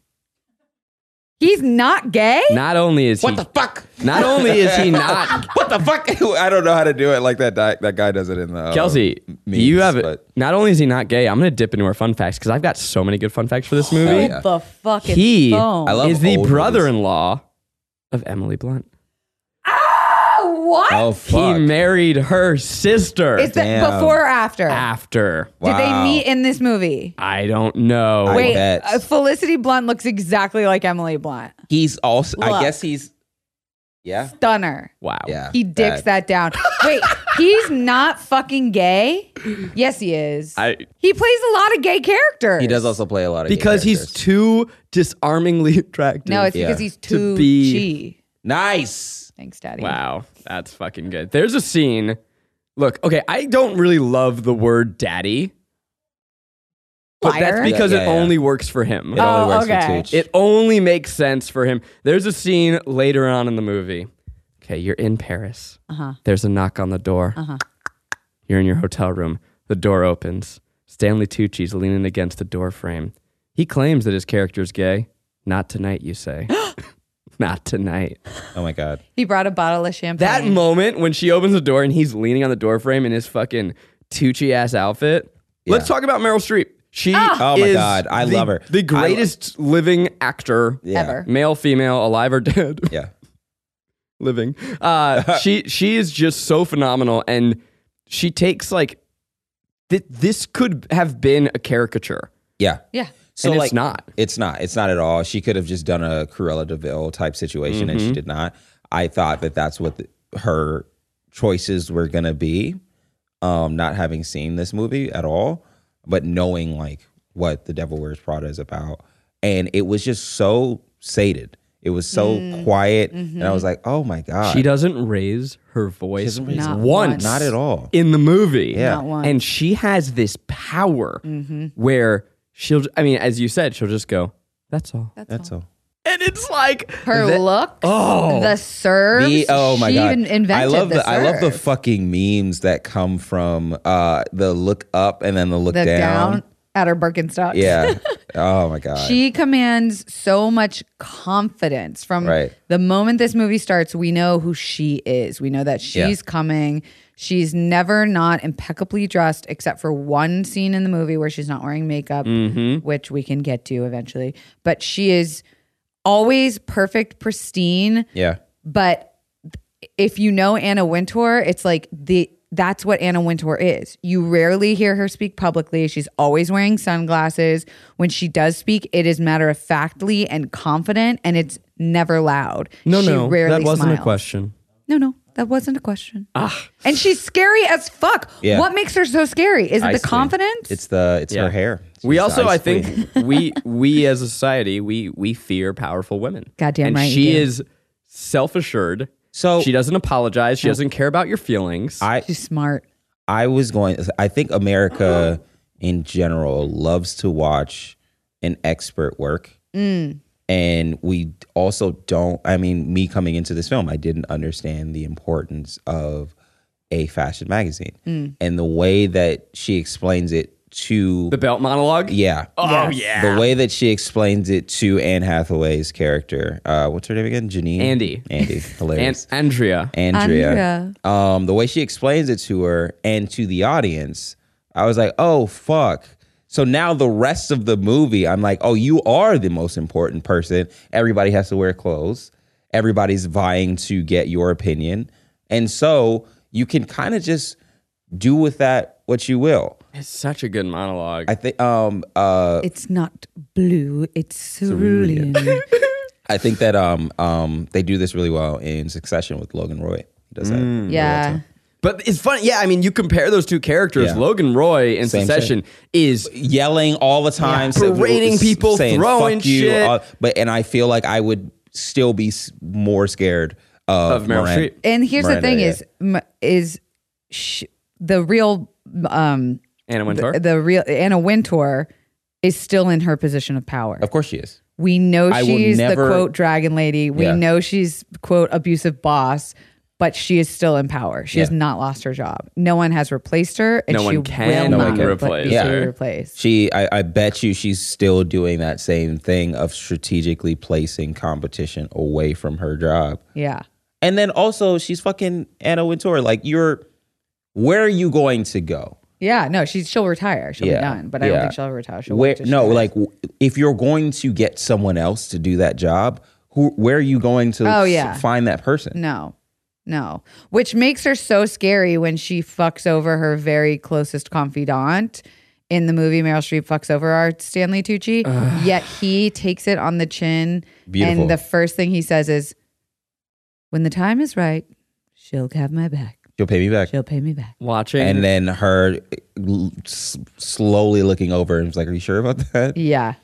S4: He's not gay?
S3: not only is
S5: What
S3: he
S5: the fuck?
S3: not only is he not
S5: What the fuck? I don't know how to do it like that. di- That guy does it in the uh,
S3: Kelsey,
S5: memes,
S3: you have
S5: but-
S3: not only is he not gay, I'm gonna dip into our fun facts because I've got so many good fun facts for this
S5: Hell
S3: movie.
S5: yeah.
S4: The fucking
S3: He
S4: phone.
S5: I love
S3: is the
S5: old
S3: brother-in-law of Emily Blunt.
S4: what?
S5: Oh fuck!
S3: He married her sister
S4: Is that
S5: Damn. Ah,
S4: before or after?
S3: after.
S4: Did
S5: Wow.
S4: they meet in this movie?
S3: I don't know.
S5: I
S4: Wait,
S5: bet.
S4: uh, Felicity Blunt looks exactly like Emily Blunt.
S5: he's also. I
S4: Look.
S5: guess he's. Yeah.
S4: Stunner.
S3: Wow.
S5: Yeah.
S4: He dicks
S5: bad.
S4: that down. Wait, he's not fucking gay? Yes, he is.
S3: I-
S4: he plays a lot of gay characters.
S5: He does also play a lot of gay
S3: Because he's
S5: characters.
S3: too disarmingly attractive.
S4: No, it's
S5: Yeah.
S4: because he's
S3: To
S4: too
S3: be-
S4: chi.
S5: nice.
S4: Thanks, Daddy.
S3: Wow, that's fucking good. There's a scene. Look, okay, I don't really love the word daddy, but
S4: Liar.
S3: that's because
S5: Yeah, yeah,
S3: it
S5: yeah.
S3: only works for him.
S5: It only works
S4: Oh, okay.
S5: for Tooch.
S3: It only makes sense for him. There's a scene later on in the movie. Okay, you're in Paris.
S4: Uh-huh.
S3: There's a knock on the door.
S4: Uh-huh.
S3: You're in your hotel room. The door opens. Stanley Tucci's leaning against the door frame. He claims that his character's gay. Not tonight, you say. Not tonight.
S5: oh my god.
S4: He brought a bottle of champagne.
S3: That moment when she opens the door and he's leaning on the door frame in his fucking Tucci ass outfit. Let's talk about Meryl Streep. She
S4: Ah!
S5: Oh my
S3: is
S5: God, I
S3: the-
S5: love her. I
S3: The
S5: lo-
S3: greatest living actor
S5: Yeah.
S4: Ever.
S3: male, female, alive or dead,
S5: Yeah.
S3: living. Uh, she she is just so phenomenal, and she takes like th- this could have been a caricature,
S5: Yeah.
S4: Yeah.
S5: So
S3: and
S5: like,
S3: it's not.
S5: It's not. It's not at all. She could have just done a Cruella Deville type situation, and she did not. I thought that that's what the, her choices were gonna be. Um, not having seen this movie at all, but knowing like what The Devil Wears Prada is about, and it was just so sated. It was so quiet, and I was like, oh my god,
S3: She doesn't raise her voice
S5: doesn't raise
S4: Not
S3: once,
S4: once.
S5: not at all.
S3: in the movie.
S5: Yeah.
S4: Not once. Mm-hmm.
S3: and she has this power where she'll. I mean, as you said, she'll just go. That's all.
S5: That's all.
S3: and it's like
S4: Her
S3: that-
S4: looks,
S3: Oh.
S4: the serves.
S5: The- oh my
S4: she
S5: god!
S4: Even invented
S5: I love
S4: the,
S5: the, I love the
S4: serve.
S5: fucking memes that come from uh, the look up and then the look
S4: the
S5: down.
S4: down. at her Birkenstocks.
S5: Yeah. oh my god.
S4: She commands so much confidence from
S5: Right.
S4: the moment this movie starts. We know who she is. We know that she's
S5: Yeah.
S4: coming. She's never not impeccably dressed, except for one scene in the movie where she's not wearing makeup,
S5: Mm-hmm.
S4: which we can get to eventually. But she is always perfect, pristine.
S5: yeah.
S4: But if you know Anna Wintour, it's like the that's what Anna Wintour is. You rarely hear her speak publicly. She's always wearing sunglasses. When she does speak, it is matter of factly and confident, and it's never loud.
S3: No,
S4: she
S3: no,
S4: rarely
S3: that wasn't
S4: smiles.
S3: a question.
S4: No, no, that wasn't a question. Ah. And she's scary as fuck.
S5: Yeah.
S4: What makes her so scary? Is it the
S5: Ice queen.
S4: confidence?
S5: It's the it's
S3: Yeah.
S5: her hair.
S3: We
S5: She's the
S3: also, I
S5: ice queen.
S3: think, we we as a society, we we fear powerful women.
S4: Goddamn
S3: and
S4: right you
S3: She
S4: do.
S3: is self assured.
S5: So-
S3: she doesn't apologize. She doesn't care about your feelings.
S5: Oh. I
S4: she's smart.
S5: I was going. I think America in general loves to watch an expert work, and we also don't. I mean, me coming into this film, I didn't understand the importance of a fashion magazine and the way that she explains it to
S3: the belt monologue.
S5: yeah.
S3: Oh yeah.
S5: The way that she explains it to Anne Hathaway's character, uh, what's her name again? Janine.
S3: Andy.
S5: Andy.
S3: And
S5: Hilarious.
S3: Andrea.
S5: Andrea.
S4: Andrea.
S5: Um, the way she explains it to her and to the audience, I was like, oh fuck. So now the rest of the movie, I'm like, oh, you are the most important person. Everybody has to wear clothes. Everybody's vying to get your opinion. And so you can kind of just do with that what you will.
S3: It's such a good monologue.
S5: I think um uh
S4: It's not blue, it's cerulean.
S5: I think that um um they do this really well in Succession with Logan Roy. He does that.
S4: yeah.
S3: but it's funny. Yeah, I mean, you compare those two characters.
S5: Yeah.
S3: Logan Roy in
S5: Same
S3: Succession is
S5: Yelling all the time,
S3: Yeah. Berating
S5: s-
S3: people,
S5: saying,
S3: throwing
S5: "Fuck you,"
S3: shit.
S5: all- but and I feel like I would still be s- more scared of,
S3: Of Meryl
S5: Miranda.
S3: Streep.
S4: And here's
S5: Miranda,
S4: the thing:
S5: yeah.
S4: is m- is sh- the real um
S3: Anna Wintour.
S4: the, the real Anna Wintour is still in her position of power.
S5: Of course she is.
S4: We know
S5: I will
S4: she's
S5: never-
S4: the quote dragon lady. We
S5: Yeah.
S4: know she's quote abusive boss, but she is still in power. She has
S5: Yeah.
S4: not lost her job. No one has replaced her, and
S3: No
S4: she
S3: one can
S5: No
S4: will
S5: one
S4: not
S5: can
S4: repla-
S3: replace
S4: be
S5: her.
S4: replaced.
S5: She I, I bet you she's still doing that same thing of strategically placing competition away from her job.
S4: Yeah,
S5: And then also she's fucking Anna Wintour. Like you're where are you going to go?
S4: yeah. No, she she'll retire. She'll
S5: Yeah.
S4: be done. But I don't
S5: Yeah.
S4: think she'll ever retire. She'll
S5: where
S4: work till she
S5: no
S4: dies.
S5: like w- if you're going to get someone else to do that job who where are you going to
S4: Oh,
S5: s-
S4: yeah.
S5: find that person
S4: No, no. Which makes her so scary when she fucks over her very closest confidant in the movie. Meryl Streep fucks over our Stanley Tucci, yet he takes it on the chin.
S5: Beautiful.
S4: And the first thing he says is, "When the time is right, she'll have my back.
S5: you'll pay me back
S4: She'll pay me back."
S3: watching
S5: and then her l- s- slowly looking over and was like are you sure about that
S4: Yeah.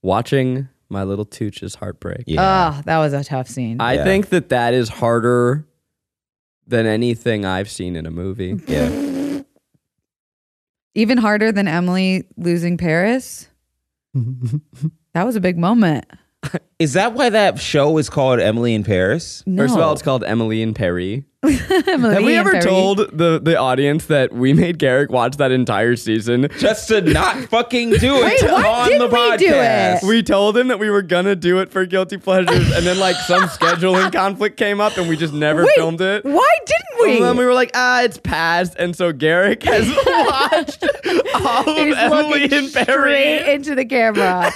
S3: watching my little Tooch's heartbreak.
S5: Uh,
S4: Oh, that was a tough scene.
S3: I
S5: Yeah.
S3: think that that is harder than anything I've seen in a movie.
S5: yeah
S4: Even harder than Emily losing Paris. that was a big moment.
S5: is that why that show is called emily in paris
S4: No.
S3: First of all, it's called Emily and Perry.
S4: Emily
S3: Have we
S4: and
S3: ever
S4: Perry.
S3: told the, the audience that we made Garrick watch that entire season?
S5: just to not fucking do it
S4: Wait, why
S5: on
S4: did
S5: the
S4: we do
S5: podcast
S4: it?
S3: We told him that we were gonna do it for guilty pleasures, and then like some scheduling conflict came up, and we just never
S4: Wait,
S3: filmed it.
S4: Why didn't we?
S3: And then we were like, ah, it's past, and so Garrick has watched all of
S4: He's
S3: Emily
S4: looking
S3: and Perry.
S4: straight into the camera.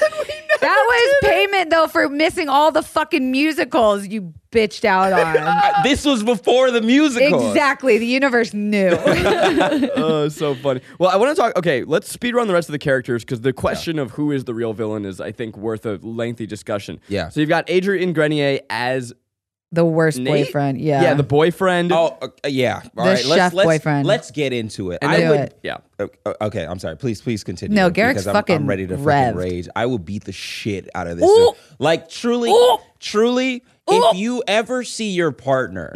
S4: that was payment though for missing all the fucking musicals you bitched out on.
S5: Uh, this was before the musical
S4: exactly. The universe knew.
S3: oh, so funny. Well, I want to talk. Okay, let's speed run the rest of the characters because the question of who is the real villain is, I think, worth a lengthy discussion.
S5: Yeah.
S3: So you've got Adrian Grenier as
S4: the worst
S3: Nate?
S4: boyfriend. Yeah.
S3: yeah the boyfriend.
S5: Oh uh, yeah, all right.
S4: chef
S5: let's, let's,
S4: boyfriend.
S5: Let's get into it.
S4: And
S5: I
S4: do
S5: would
S4: it.
S3: yeah.
S5: O- o- Okay, I'm sorry. Please, please continue.
S4: No, Garrick's
S5: because I'm,
S4: fucking
S5: I'm ready to
S4: revved.
S5: fucking rage. I will beat the shit out of this.
S4: Ooh.
S5: dude. Like truly,
S4: Ooh.
S5: truly,
S4: Mm-hmm.
S5: if you ever see your partner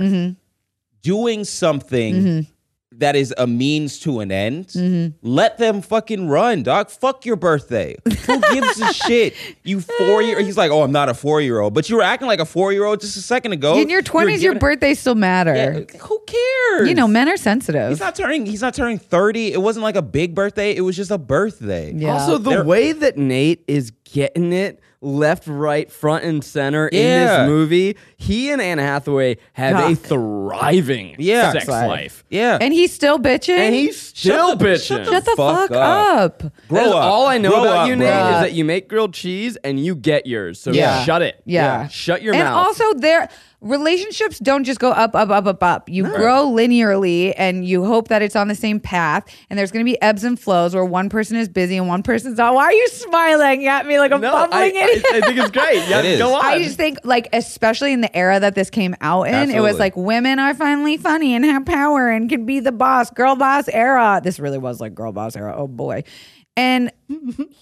S5: doing something that is a means to an end,
S4: Mm-hmm.
S5: let them fucking run, dog. Fuck your birthday. Who gives a shit? You four year. He's like, oh, I'm not a four year old, but you were acting like a four year old just a second ago.
S4: In your
S5: You were
S4: twenties, your
S5: giving-
S4: birthdays still matter.
S5: Yeah, Who cares?
S4: You know, men are sensitive.
S5: He's not turning. He's not turning thirty. It wasn't like a big birthday. It was just a birthday.
S4: Yeah.
S3: Also, the
S5: They're-
S3: way that Nate is getting it left, right, front, and center in
S5: Yeah.
S3: this movie, he and Anne Hathaway have a
S4: Doc.
S3: thriving
S5: Yeah.
S3: sex
S5: Sex life.
S3: life.
S5: Yeah.
S4: and he's still bitching.
S3: And he's still
S5: the-
S3: bitching.
S5: shut
S4: shut the fuck,
S5: Fuck
S4: up.
S5: up. Grow
S3: That's
S5: up.
S3: All I know
S5: Grow
S3: about
S5: up,
S3: you,
S5: bro.
S3: Nate, is
S4: Bruh.
S3: that you make grilled cheese and you get yours. So
S4: Yeah.
S3: shut it.
S4: Yeah.
S3: Shut your
S4: and
S3: mouth.
S4: also, their relationships don't just go up, up, up, up, up. You grow linearly, and you hope that it's on the same path. And there's going to be ebbs and flows where one person is busy and one person's not. Why are you smiling at me like I'm
S3: no, I,
S4: bumbling
S3: I,
S4: idiot?
S3: I think it's great. Yeah,
S5: It is.
S3: go on.
S4: I just think, like, especially in the era that this came out in, it was
S5: Absolutely.
S4: like women are finally funny and have power and can be the boss, girl boss era. This really was like girl boss era. Oh boy. And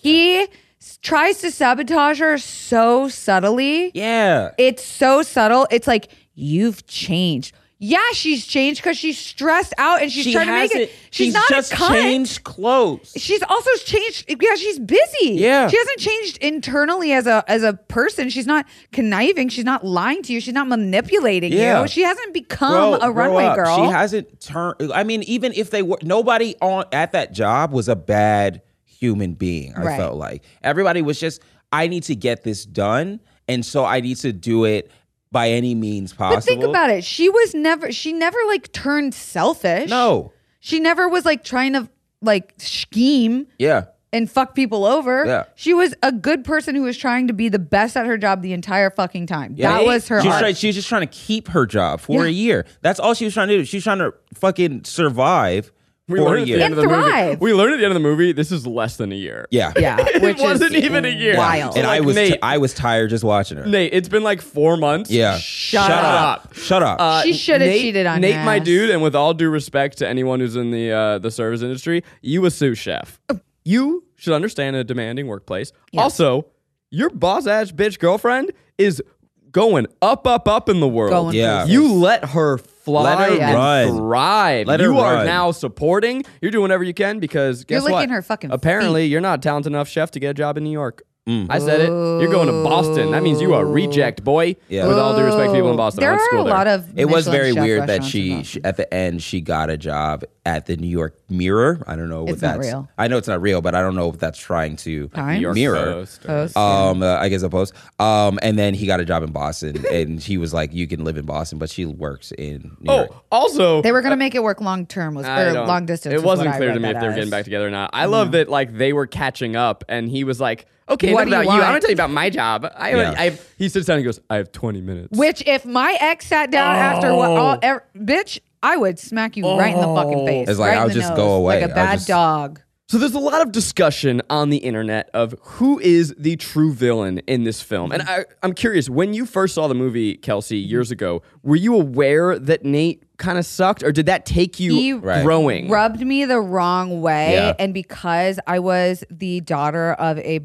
S4: he s- tries to sabotage her so subtly.
S5: Yeah.
S4: It's so subtle. It's like, you've changed. Yeah, she's changed because she's stressed out and she's trying to make it.
S5: hasn't-
S4: She's, not
S5: just
S4: a cunt.
S5: changed clothes.
S4: She's also changed. Yeah, she's busy.
S5: Yeah.
S4: she hasn't changed internally as a as a person. She's not conniving. She's not lying to you. She's not manipulating
S5: Yeah.
S4: you. She hasn't become
S5: Grow-
S4: a
S5: grow
S4: runway
S5: up.
S4: girl.
S5: She hasn't turned. I mean, even if they were, nobody on at that job was a bad human being. I
S4: Right.
S5: felt like everybody was just, I need to get this done, and so I need to do it by any means possible.
S4: but think about it. She was never. She never like turned selfish.
S5: No.
S4: she never was like trying to like scheme
S5: Yeah.
S4: and fuck people over.
S5: Yeah.
S4: she was a good person who was trying to be the best at her job the entire fucking time.
S5: Yeah.
S4: That was her.
S5: She was,
S4: arc.
S5: trying, she was just trying to keep her job for a year. That's all she was trying to do. She was trying to fucking survive
S3: we
S5: for
S3: learned
S5: a
S3: at
S5: year.
S3: the end of
S4: And
S3: the movie.
S4: thrive.
S3: We learned at the end of the movie, this is less than a year.
S5: yeah.
S4: yeah, which
S3: It wasn't
S4: is
S3: even a year.
S4: Wild.
S5: And I
S3: Like
S5: was t-
S3: Nate.
S5: I was tired just watching her.
S3: Nate, it's been like four months.
S5: Yeah.
S3: Shut,
S5: up.
S3: up.
S5: Shut up.
S3: Uh,
S4: She should have
S3: Nate-
S4: cheated on
S3: Nate,
S4: her
S3: my
S4: ass.
S3: dude, and with all due respect to anyone who's in the uh, the service industry, you a sous chef. You should understand a demanding workplace. Also, your boss ass bitch girlfriend is going up, up, up in the world.
S4: Going
S5: Yeah. places.
S3: you let her fly
S5: Let her
S3: and
S5: run.
S3: thrive.
S5: Let her
S3: you are
S5: run.
S3: now supporting. You're doing whatever you can because guess
S4: licking
S3: what?
S4: her fucking
S3: Apparently, you're not a talented enough chef to get a job in New York.
S5: Mm.
S3: I said it. You're going to Boston. That means you are a reject boy.
S5: Yeah.
S3: With all due respect to people in Boston, I
S4: There
S3: went to
S4: are
S3: school
S4: a lot
S3: there.
S4: of.
S5: it was
S4: Michelin
S5: very
S4: chef
S5: weird that
S4: restaurants in
S5: she,
S4: Boston.
S5: she at the end she got a job at the New York Mirror. I don't know what
S4: It's not
S5: that's.
S4: real.
S5: I know it's not real, but I don't know if that's trying to
S4: Times? New York
S5: mirror.
S3: Post.
S4: Post.
S5: Um, uh, I guess a post. Um, and then he got a job in Boston, and he was like, "You can live in Boston, but she works in New York."
S3: Oh, also,
S4: they were going to make it work long term was
S3: I
S4: or
S3: don't-
S4: long distance.
S3: It
S4: is what
S3: wasn't
S4: I
S3: clear
S4: read
S3: to me
S4: that
S3: if they were
S4: as. Mm-hmm.
S3: getting back together or not. I love that like they were catching up, and he was like, "Okay,
S4: What
S3: what,
S4: do you
S3: about you? I'm gonna
S4: want?"
S3: tell you about my job." I,
S5: Yeah.
S3: I, he sits down and goes, "I have 20 minutes."
S4: Which if my ex sat down after what
S3: Oh.
S4: all, ev- bitch, I would smack you right in the fucking face.
S5: It's like,
S4: right in
S5: I'll
S4: the
S5: just
S4: nose,
S5: go away.
S4: like a
S5: I'll
S4: bad
S5: just-
S4: dog.
S3: So there's a lot of discussion on the internet of who is the true villain in this film. And
S4: Mm-hmm.
S3: I, I'm curious, when you first saw the movie, Kelsey, years ago, were you aware that Nate kind of sucked, or did that take you
S4: He Right.
S3: growing?
S4: Rubbed me the wrong way,
S5: Yeah.
S4: and because I was the daughter of a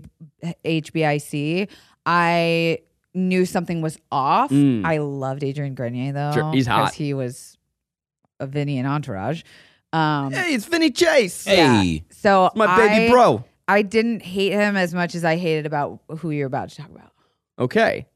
S4: HBIC, I knew something was off.
S3: Mm.
S4: I loved Adrian Grenier though.
S3: Sure, he's
S4: 'cause
S3: hot.
S4: He was a Vinny and Entourage. Um,
S3: hey, it's Vinny Chase.
S5: Hey,
S4: So
S3: my baby
S4: I-
S3: bro.
S4: I didn't hate him as much as I hated about who you're about to talk about.
S3: Okay.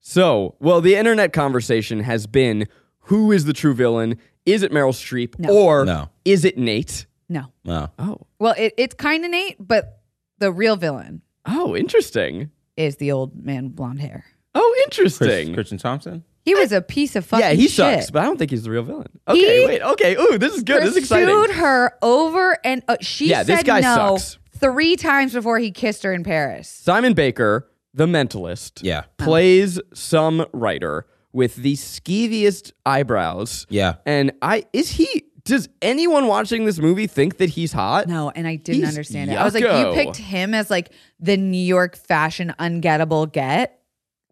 S3: So, well, the internet conversation has been who is the true villain? Is it Meryl Streep
S4: No.
S3: or
S5: No.
S3: is it Nate?
S4: No.
S5: no,
S3: Oh.
S4: Well, it, it's kind of Nate, but the real villain
S3: Oh, interesting.
S4: is the old man with blonde hair.
S3: Oh,
S5: Chris,
S3: interesting.
S5: Christian Thompson.
S4: He was a piece of fucking
S3: yeah, he
S4: shit.
S3: sucks, but I don't think he's the real villain. Okay,
S4: He
S3: wait. Okay. Ooh, this is good. This is
S4: Pursued
S3: exciting.
S4: her over and uh, she
S3: Yeah,
S4: said
S3: this guy
S4: no
S3: sucks.
S4: three times before he kissed her in Paris.
S3: Simon Baker, the mentalist,
S5: Yeah.
S3: plays some writer with the skeeviest eyebrows.
S5: Yeah.
S3: And I is he does anyone watching this movie think that he's hot?
S4: No, and I didn't
S3: He's
S4: understand it. I was like, you
S3: yucko.
S4: picked him as like the New York fashion ungettable get.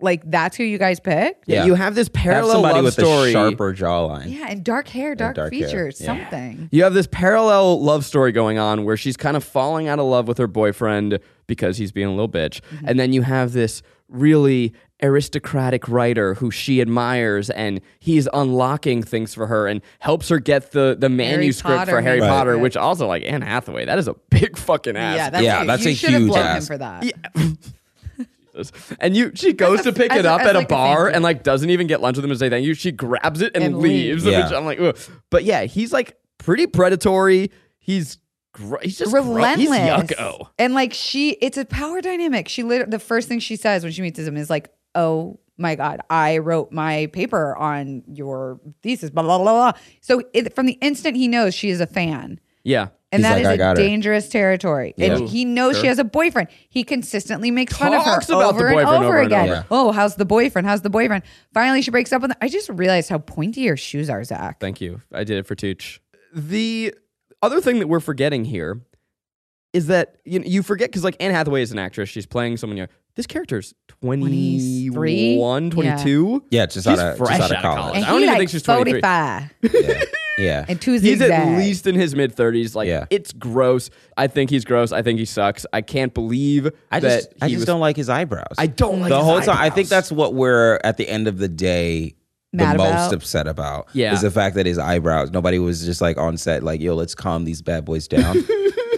S4: Like that's who you guys picked.
S3: Yeah.
S5: Yeah.
S3: You have this
S5: Have
S3: parallel
S5: somebody
S3: love
S5: with
S3: story.
S5: a sharper jawline.
S4: Yeah, and dark hair, dark,
S5: dark hair,
S4: features,
S5: yeah.
S4: something.
S3: You have this parallel love story going on
S4: Mm-hmm.
S3: where she's kind of falling out of love with her boyfriend because he's being a little bitch. And then you have this really aristocratic writer who she admires and he's unlocking things for her and helps her get the the manuscript
S4: Potter
S3: for Harry
S4: manuscript.
S3: Potter which also like Anne Hathaway that is a big fucking ass
S4: Yeah, that's,
S5: Yeah,
S4: huge.
S5: that's
S4: you
S5: a
S4: should have
S5: huge
S4: blown him
S5: ask.
S4: for that.
S3: and you she goes
S4: a-
S3: to pick
S4: as
S3: it
S4: a-
S3: up
S4: as
S3: at
S4: like
S3: a
S4: a
S3: bar
S4: thank you.
S3: and like doesn't even get lunch with him and say thank you she grabs it and,
S4: And
S3: leaves
S4: leaves.
S5: Yeah.
S3: which I'm like Ugh. but yeah he's like pretty predatory he's gr- he's just gro-
S4: relentless
S3: he's yucko
S4: and like she it's a power dynamic she lit the first thing she says when she meets him is like oh my god i wrote my paper on your thesis blah blah blah, blah. so it, from the instant he knows she is a fan
S3: yeah
S4: and
S5: He's
S4: that
S5: like,
S4: is
S5: "I
S4: a
S5: got her."
S4: dangerous territory.
S5: Yeah.
S4: And he knows she has a boyfriend. He consistently makes fun of her
S3: Talks about the
S4: over, and
S3: boyfriend
S4: over,
S3: over and
S4: again.
S3: over. Yeah.
S4: Oh, how's the boyfriend? How's the boyfriend? Finally, she breaks up with him. I just realized how pointy your shoes are, Zach.
S3: Thank you. I did it for Tooch. The other thing that we're forgetting here is that you, you forget because like Anne Hathaway is an actress. She's playing someone young. This character's
S4: 23?
S3: 21 22.
S5: Yeah, just
S3: She's
S5: out of- just
S3: fresh
S5: out of college.
S4: and
S3: I don't
S4: he,
S3: even
S4: like,
S3: think she's 23.
S4: 45
S5: yeah. yeah.
S4: and two
S3: He's at
S4: zigzags.
S3: least in his mid 30s. Like,
S5: Yeah.
S3: it's gross. I think he's gross. I think he sucks. I can't believe
S5: I
S3: that
S5: just I
S3: he
S5: just
S3: was-
S5: don't like his eyebrows.
S3: I don't like
S5: the
S3: his
S5: whole time. I
S3: eyebrows.
S5: think that's what we're at the end of the day the
S4: Mad
S5: most
S4: about.
S5: upset about.
S3: Yeah.
S5: Is the fact that his eyebrows. Nobody was just like on set, like, yo, let's calm these bad boys down.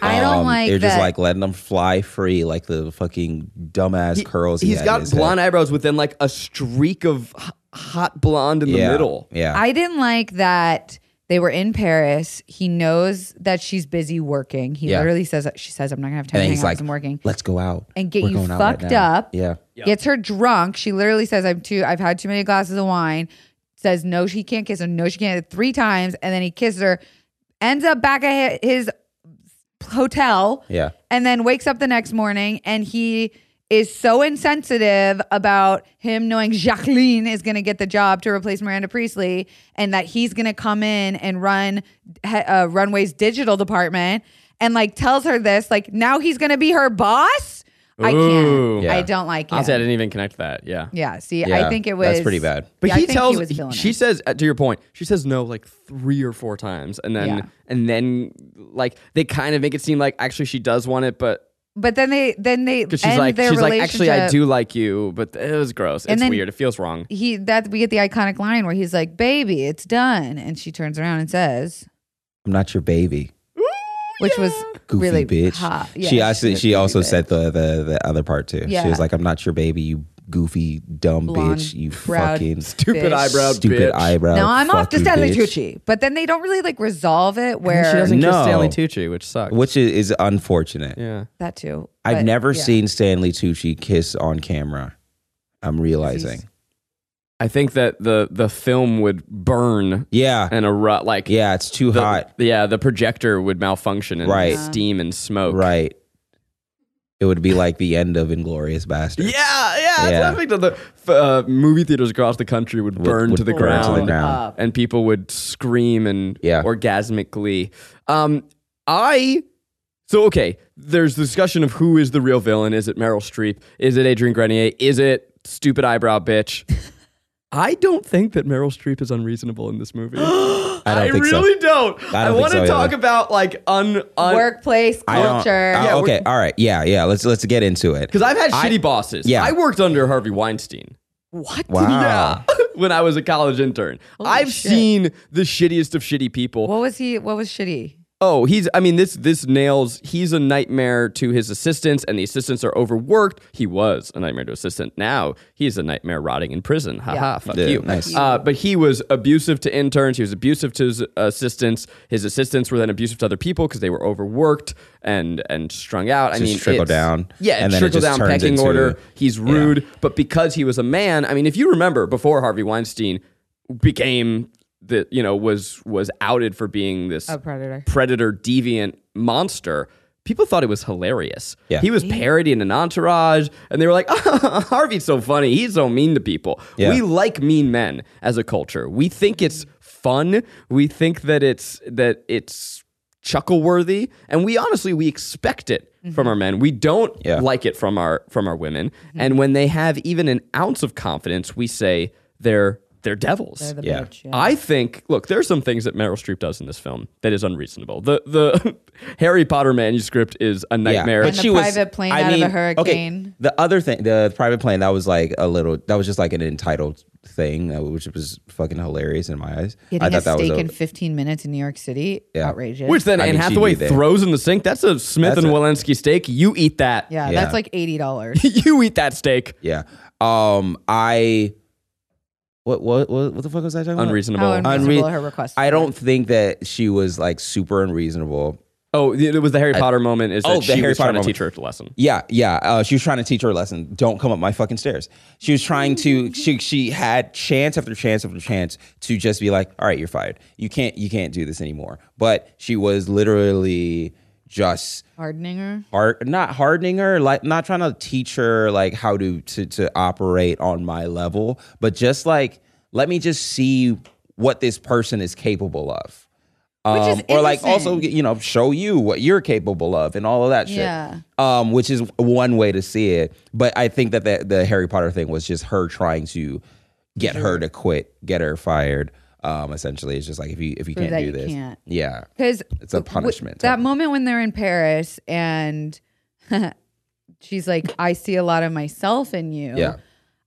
S4: I don't like
S5: They're just
S4: that-
S5: like letting them fly free, like the fucking dumbass curls.
S3: He's
S5: he had in
S3: got
S5: his head.
S3: blonde eyebrows with then like a streak of h- hot blonde in
S5: yeah.
S3: the middle.
S5: Yeah.
S4: I didn't like that they were in Paris. He knows that she's busy working. He
S5: Yeah.
S4: literally says she says I'm not gonna have time
S5: and
S4: to
S5: then
S4: hang
S5: he's
S4: out
S5: like,
S4: because I'm working.
S5: let's go out
S4: And get
S5: We're
S4: you
S5: going out right
S4: fucked
S5: now."
S4: up.
S5: Yeah.
S4: Gets her drunk. She literally says I'm too I've had too many glasses of wine. Says no, she can't kiss her. No, she can't three times, and then he kisses her. Ends up back at hi- his hotel.
S5: Yeah.
S4: and then wakes up the next morning and he is so insensitive about him knowing Jacqueline is going to get the job to replace Miranda Priestley and that he's going to come in and run he- uh, Runway's digital department and like tells her this like now he's going to be her boss. I
S3: Ooh.
S4: can't.
S5: Yeah.
S4: I don't like him.
S3: Honestly, I didn't even connect that. Yeah.
S4: yeah, see,
S5: Yeah.
S4: I think it was
S5: That's pretty bad.
S3: But
S4: Yeah, I
S3: he
S4: think he
S3: tells
S4: was villainous.
S3: she says uh, to your point, she says no like three or four times, and then
S4: Yeah.
S3: and then like they kind of make it seem like actually she does want it, but
S4: But then they then they
S3: because
S4: end
S3: she's like
S4: their
S3: she's like
S4: relationship.
S3: actually I do like you, but it was gross.
S4: And
S3: It's
S4: then-
S3: weird. It feels wrong.
S4: He that we get the iconic line where he's like, "Baby, it's done," and she turns around and says,
S5: I'm not your baby.
S4: which was
S5: Goofy
S4: really
S5: bitch.
S4: hot. Yeah,
S5: she also
S4: was a
S5: she
S4: goofy
S5: also
S4: bitch.
S5: said the, the the other part too.
S4: Yeah.
S5: She was like, I'm not your baby, you goofy dumb
S4: Blonde
S5: bitch. You
S4: browed
S5: fucking
S3: Stupid
S4: Bitch.
S3: eyebrow,
S5: stupid
S3: bitch.
S5: eyebrow.
S4: "No, I'm off to
S5: fucking
S4: Stanley
S5: bitch.
S4: Tucci," but then they don't really like resolve it.
S3: And
S4: Where
S3: she doesn't kiss
S5: No.
S3: Stanley Tucci, which sucks.
S5: Which is, is unfortunate.
S3: yeah,
S4: that too?
S5: I've
S4: but
S5: never
S4: yeah.
S5: seen Stanley Tucci kiss on camera. I'm realizing.
S3: I think that the the film would burn
S5: Yeah.
S3: and a rut like
S5: Yeah, it's too
S3: the,
S5: hot.
S3: Yeah, the projector would malfunction and
S5: Right.
S3: steam and smoke.
S5: Right. It would be like the end of Inglorious Bastards.
S3: Yeah, yeah.
S5: Yeah.
S3: That's what I think that the f- uh, movie theaters across the country would
S5: Would-
S3: burn
S5: would
S3: to the
S5: burn to the
S3: ground.
S5: ground.
S4: Up.
S3: and people would scream and
S5: Yeah.
S3: orgasmically. Um, I so okay. There's discussion of who is the real villain. Is it Meryl Streep? Is it Adrian Grenier? Is it stupid eyebrow bitch? I don't think that Meryl Streep is unreasonable in this movie.
S5: I don't think so.
S3: really don't. I,
S5: I don't think
S3: want to
S5: so
S3: talk
S5: either.
S3: about like un un
S4: Workplace
S5: I don't,
S4: culture.
S5: uh,
S3: Yeah,
S5: okay, all right. Yeah, yeah. Let's let's get into it.
S3: because I've had
S5: I-
S3: shitty bosses.
S5: Yeah.
S3: I worked under Harvey Weinstein.
S5: Wow.
S3: when I was a college intern, I've seen the shittiest of shitty people.
S4: What was he? What was shitty?
S3: Oh, he's. I mean, this this nails. He's a nightmare to his assistants, and the assistants are overworked. He was a nightmare to assistant. Now he's a nightmare rotting in prison. Ha ha. Fuck
S5: Yeah,
S3: you.
S5: nice.
S3: Uh, but he was abusive to interns. He was abusive to his assistants. His assistants were then abusive to other people because they were overworked and and strung out. I
S5: Just
S3: mean,
S5: trickle
S3: it's-
S5: down,
S3: Yeah,
S5: and then it
S3: trickle
S5: just
S3: down
S5: turns
S3: pecking
S5: into-
S3: order. He's rude, but because he was a man, I mean, if you remember before Harvey Weinstein became the you know was was outed for being this
S4: A predator.
S3: predator deviant monster people thought it was hilarious
S5: Yeah.
S3: he was parodying an entourage and they were like harvey's so funny he's so mean to people
S5: Yeah.
S3: we like mean men as a culture we think it's fun we think that it's that it's chuckle worthy and we honestly we expect it from our men we don't
S5: Yeah.
S3: like it from our from our women and when they have even an ounce of confidence we say they're they're devils.
S7: They're the
S5: Yeah.
S7: bitch,
S3: I think. Look, there's some things that Meryl Streep does in this film that is unreasonable. The the Harry Potter manuscript is a nightmare.
S5: but
S4: And the
S5: she was-
S4: private plane out of a hurricane.
S5: Okay, the other thing, the private plane, that was like a little, that was just like an entitled thing, uh, which was fucking hilarious in my eyes. I
S4: Getting a
S5: thought that was
S4: steak
S5: a-
S4: in 15 minutes in New York City,
S5: Yeah.
S4: outrageous.
S3: which then
S5: I
S3: Anne
S5: mean, she'd be
S3: Hathaway
S5: there.
S3: throws in the sink. That's a Smith
S5: That's
S3: and
S5: a-
S3: Walensky steak. You eat that.
S4: yeah,
S5: Yeah.
S4: that's like eighty dollars.
S3: you eat that steak.
S5: yeah. Um, I, what, what, what, what the fuck was I talking about?
S3: Unreasonable.
S4: How unre- Unreasonable, her request.
S5: I don't think that she was like super unreasonable.
S3: oh, it was the Harry Potter moment. Is that
S5: Oh, the
S3: she
S5: Harry
S3: was
S5: Potter
S3: trying to
S5: moment.
S3: teach her a lesson?
S5: Yeah, yeah. Uh, she was trying to teach her a lesson. Don't come up my fucking stairs. She was trying to. She she had chance after chance after chance to just be like, all right, you're fired. You can't you can't do this anymore. But she was literally just
S4: Hardening her.
S5: hard, not hardening her, like not trying to teach her like how to to to operate on my level, but just like let me just see what this person is capable of.
S4: is
S5: Um, or like also
S4: interesting.
S5: you know show you what you're capable of and all of that shit
S4: Yeah.
S5: um, which is one way to see it. But I think that the, the Harry Potter thing was just her trying to get her to quit, get her fired. Um, essentially, it's just like if you if you
S4: Prove
S5: can't
S4: that
S5: do
S4: you
S5: this,
S4: can't.
S5: yeah,
S4: Because
S5: It's a punishment,
S4: that
S5: totally.
S4: moment when they're in Paris and she's like, "I see a lot of myself in you."
S5: Yeah.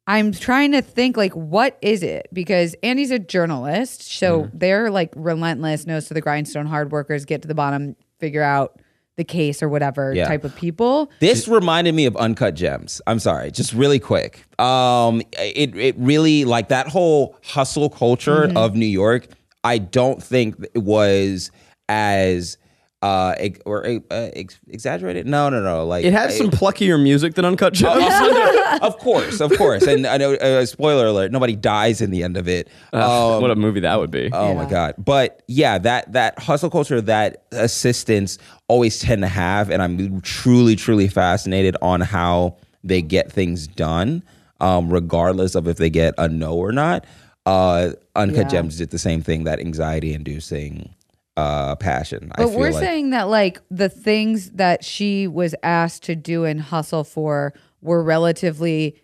S4: I'm trying to think like what is it because Andy's a journalist, so
S5: Mm-hmm.
S4: they're like relentless, nose to the grindstone, hard workers, get to the bottom, figure out the case or whatever
S5: Yeah.
S4: type of people.
S5: This reminded me of Uncut Gems. I'm sorry, just really quick. Um, it it really like that whole hustle culture of New York. I don't think it was as uh ex- or uh, ex- exaggerated. No, no, no. Like
S3: It had some pluckier music than Uncut Gems.
S5: Oh, of course, of course. And I know, uh, spoiler alert, nobody dies in the end of it.
S3: Uh-huh.
S5: Um,
S3: what a movie that would be.
S5: Oh my god! But yeah, that that hustle culture that assistants always tend to have, and I'm truly, truly fascinated on how they get things done, um, regardless of if they get a no or not. Uh, Uncut
S4: Yeah.
S5: Gems did the same thing that anxiety-inducing uh, passion. I
S4: But
S5: feel
S4: we're
S5: like.
S4: saying that like the things that she was asked to do and hustle for were relatively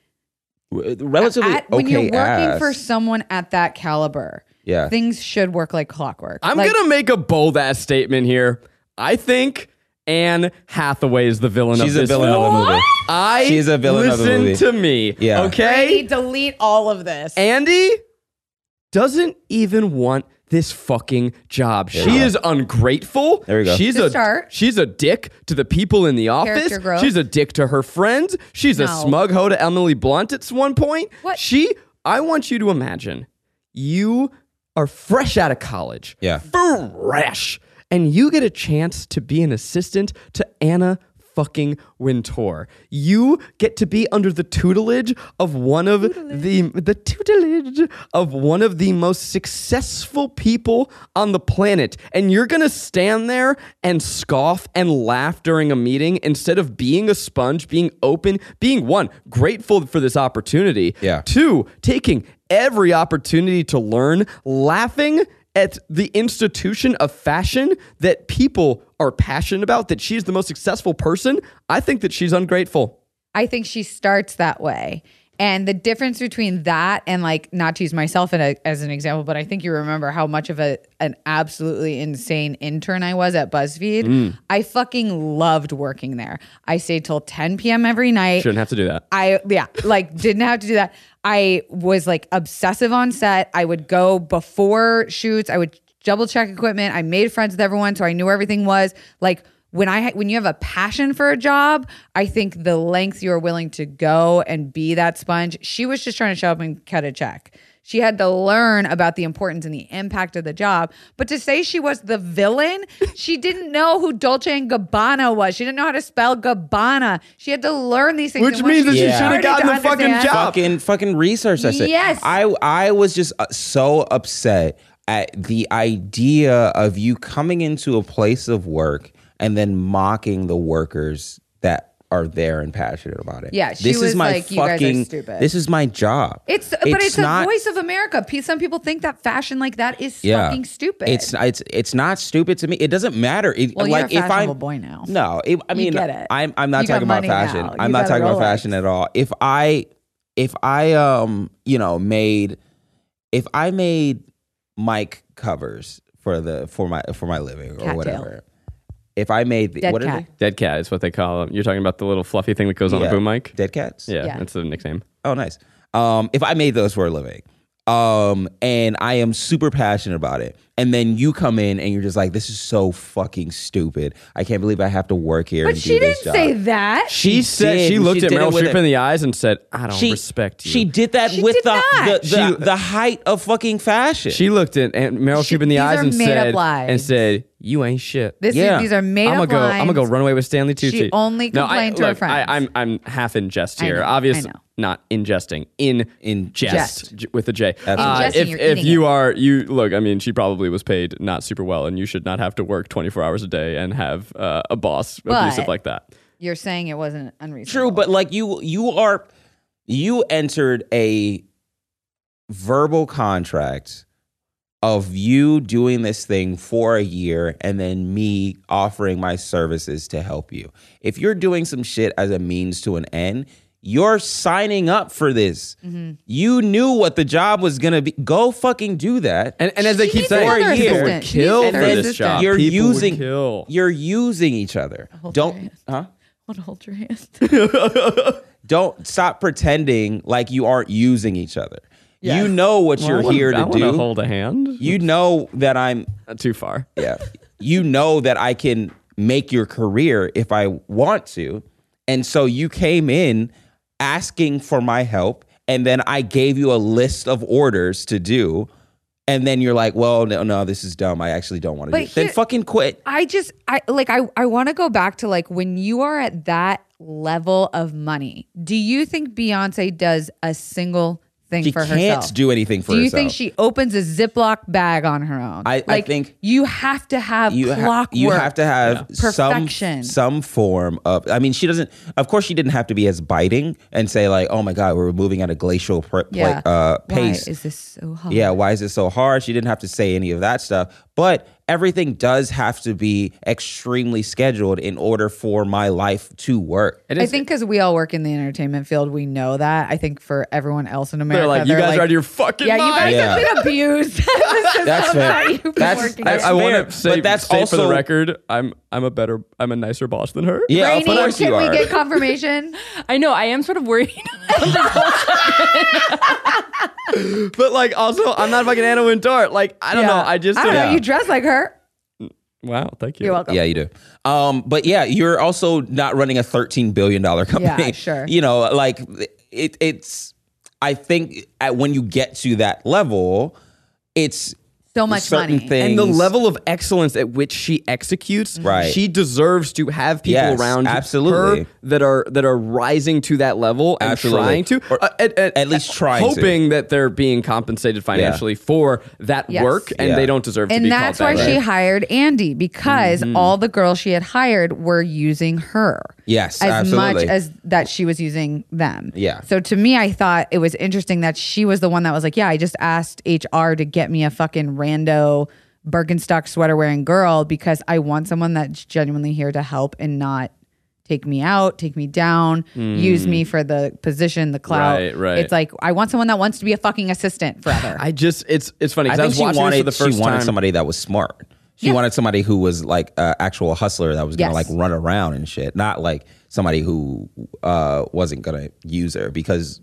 S5: relatively
S4: at, when you're
S5: okay
S4: working for
S5: ass.
S4: someone at that caliber.
S5: Yeah.
S4: things should work like clockwork.
S3: I'm
S4: Like,
S3: gonna make a bold ass statement here. I think Anne Hathaway is the villain
S5: She's
S3: of
S5: a
S3: this
S5: villain
S3: film.
S5: of the movie.
S3: I
S5: She's a villain of
S3: listen
S5: the movie.
S3: to me.
S5: Yeah.
S3: Okay.
S4: delete all of this.
S3: Andy doesn't even want this fucking job. she is ungrateful.
S5: There we go.
S3: She's
S4: To
S3: a
S4: start.
S3: she's a dick to the people in the office.
S4: Character growth.
S3: She's a dick to her friends. She's a
S4: No.
S3: smug hoe to Emily Blunt at one point.
S4: What?
S3: She I want you to imagine you are fresh out of college.
S5: Yeah.
S3: Fresh. And you get a chance to be an assistant to Anna fucking Wintour. You get to be under the tutelage of one of the the tutelage of one of the most successful people on the planet. And you're going to stand there and scoff and laugh during a meeting instead of being a sponge, being open, being one grateful for this opportunity.
S5: Yeah.
S3: Two, taking every opportunity to learn, laughing at the institution of fashion that people are passionate about, that she's the most successful person. I think that she's ungrateful.
S4: I think she starts that way. And the difference between that and like not to use myself in a, as an example, but I think you remember how much of a an absolutely insane intern I was at BuzzFeed.
S5: Mm.
S4: I fucking loved working there. I stayed till 10 p.m. every night.
S3: Shouldn't have to do that.
S4: I yeah, like didn't have to do that. I was like obsessive on set. I would go before shoots. I would double check equipment. I made friends with everyone, so I knew where everything was. Like when I ha- when you have a passion for a job, I think the length you're willing to go and be that sponge. She was just trying to show up and cut a check. She had to learn about the importance and the impact of the job. But to say she was the villain, she didn't know who Dolce and Gabbana was. She didn't know how to spell Gabbana. She had to learn these things.
S3: Which
S4: and once
S3: means that
S4: she
S3: she
S5: Yeah.
S3: should have
S4: started
S3: gotten
S4: to
S3: the fucking
S4: understand-
S3: job.
S5: fucking fucking research that shit.
S4: Yes.
S5: I I was just uh, so upset at the idea of you coming into a place of work and then mocking the workers that are there and passionate about it.
S4: Yeah, she
S5: this
S4: was
S5: is my
S4: like, "You guys are
S5: fucking.
S4: stupid."
S5: This is my job.
S4: It's, but it's the voice of America. Pe- Some people think that fashion like that is fucking stupid.
S5: It's it's it's not stupid to me. It doesn't matter. It,
S4: Well, you're
S5: like
S4: a
S5: if I'm
S4: fashionable boy now.
S5: No, it, I mean,
S4: get it.
S5: I'm I'm not
S4: You got
S5: talking about
S4: money now.
S5: fashion.
S4: You
S5: I'm not
S4: got a
S5: talking about
S4: Rolex.
S5: fashion at all. If I if I um you know made if I made mic covers for the for my for my living or
S4: Cattail.
S5: whatever, if I made the,
S4: Dead
S5: what are
S4: cat.
S5: they?
S3: Dead cat is what they call them. You're talking about the little fluffy thing that goes on a
S5: Yeah.
S3: boom mic?
S5: Dead cats.
S3: Yeah,
S4: Yeah.
S3: that's the nickname.
S5: Oh, nice. Um, if I made those for a living, um, and I am super passionate about it, and then you come in and you're just like, "This is so fucking stupid. I can't believe I have to work here."
S4: But
S5: and
S4: she
S5: do this
S4: didn't say
S5: job."
S4: that.
S3: She said
S5: did.
S3: she looked
S5: She
S3: at
S5: did it
S3: Meryl
S5: with
S3: Streep
S5: a-
S3: in the eyes and said, "I don't
S5: She
S3: respect you."
S5: She did that
S4: She
S5: with
S4: did
S5: the,
S4: not.
S5: the, the, the height of fucking fashion.
S3: She looked at Aunt Meryl
S4: She-
S3: Streep in the
S4: these
S3: eyes
S4: are
S3: and
S4: made-up
S3: said,
S4: lies.
S3: and said, "You ain't shit."
S4: This
S5: Yeah.
S4: is, these are made
S3: I'm
S4: up
S3: gonna go.
S4: lines.
S3: I'm gonna go run away with Stanley Tucci.
S4: She only complained
S3: I,
S4: to her
S3: look,
S4: friends.
S3: I, I'm I'm half in jest
S4: I
S3: here.
S4: know, I
S3: Obviously,
S4: know.
S3: not ingesting. In
S5: In
S3: jest,
S4: jest.
S3: J- with a J. Uh,
S4: Ingesting,
S3: if
S4: you're
S3: if
S4: eating
S3: you
S4: it.
S3: are you look, I mean, she probably was paid not super well, and you should not have to work 24 hours a day and have uh, a boss abusive
S4: But-
S3: like that.
S4: You're saying it wasn't unreasonable.
S5: True, but like you, you are, you entered a verbal contract of you doing this thing for a year and then me offering my services to help you. If you're doing some shit as a means to an end, you're signing up for this. You knew what the job was gonna be. Go fucking do that.
S3: And, and as they
S4: She
S3: keep
S4: needs
S3: saying,
S4: another
S3: people would
S4: assistant. She
S3: kill
S4: needs
S3: for
S4: another
S3: this
S4: assistant.
S3: job.
S5: you're
S3: People would
S5: using
S3: kill.
S5: you're using each other. Don't huh?
S4: Hold, hold your hand.
S5: don't stop pretending like you aren't using each other. You know what
S3: Well, I
S5: you're
S3: wanna-
S5: here
S3: I
S5: to
S3: wanna
S5: do.
S3: Hold a hand.
S5: you know that I'm
S3: Not too far.
S5: yeah. you know that I can make your career if I want to. And so you came in asking for my help and then I gave you a list of orders to do and then you're like, "Well, no no, this is dumb. I actually don't want to
S4: But
S5: do it." Then
S4: here-
S5: fucking quit.
S4: I just I like I I want to go back to like when you are at that level of money. Do you think Beyonce does a single thing
S5: She
S4: for
S5: can't
S4: herself?
S5: do anything for
S4: Do you
S5: herself.
S4: think she opens a Ziploc bag on her own?
S5: I- I
S4: like,
S5: think
S4: you have to have
S5: you, ha-
S4: clockwork.
S5: you have to have some
S4: Perfection.
S5: some form of i mean she doesn't of course she didn't have to be as biting and say like oh my god we're moving at a glacial pr- pla-
S4: yeah.
S5: uh,
S4: Why
S5: pace
S4: is this so hard?
S5: yeah why is it so hard she didn't have to say any of that stuff but everything does have to be extremely scheduled in order for my life to work
S3: It
S4: I
S3: is-
S4: think because we all work in the entertainment field, we know that. I think for everyone else in America,
S3: They're like, you guys are out of your fucking
S4: yeah,
S3: mind.
S4: you guys
S5: Yeah.
S4: have been abused. This is
S5: That's
S4: how
S5: fair.
S4: you've been
S5: That's-
S4: working.
S5: that's-
S3: I, I
S5: fair,
S3: want to say,
S5: but that's
S3: say for the
S5: also-
S3: record, I'm I'm a better, I'm a nicer boss than her.
S5: yeah
S4: Rainey,
S5: of course
S4: can
S5: you
S4: we
S5: are
S4: get confirmation?
S6: I know. I am sort of worried.
S3: but like also, I'm not fucking Anna Wintour. Like I don't know, I just
S4: I don't know.
S3: Yeah.
S4: You dress like her.
S3: wow, thank you.
S4: You're welcome.
S5: Yeah, you do. Um, but yeah, you're also not running a thirteen billion dollar company.
S4: Yeah, sure.
S5: You know, like it, it's. I think at, when you get to that level, it's
S4: So much
S5: certain
S4: money.
S5: things
S3: And the level of excellence at which she executes,
S5: Mm-hmm. Right.
S3: she deserves to have people
S5: Yes,
S3: around
S5: absolutely.
S3: her that are that are rising to that level and
S5: Absolutely.
S3: trying to, uh,
S5: Or
S3: at,
S5: at least trying to.
S3: hoping that they're being compensated financially for that
S4: Yes.
S3: work, and
S5: Yeah.
S3: they don't deserve to
S4: And
S3: be
S4: that's why
S3: called that. Mm-hmm.
S4: she hired Andy because all the girls she had hired were using her.
S5: Yes,
S4: as
S5: absolutely.
S4: much as that she was using them.
S5: Yeah.
S4: So to me, I thought it was interesting that she was the one that was like, "Yeah, I just asked HR to get me a fucking rando Birkenstock sweater wearing girl because I want someone that's genuinely here to help and not." Take me out, take me down, use me for the position, the clout.
S3: Mm. Right, right.
S4: It's like I want someone that wants to be a fucking assistant forever.
S3: I just it's it's funny
S5: I
S3: because I,
S5: think
S3: was
S5: she
S3: watching this for
S5: wanted
S3: the first
S5: she wanted
S3: time.
S5: somebody that was smart. She wanted somebody who was like uh, actual hustler that was gonna
S4: Yes.
S5: like run around and shit, not like somebody who uh, wasn't gonna use her because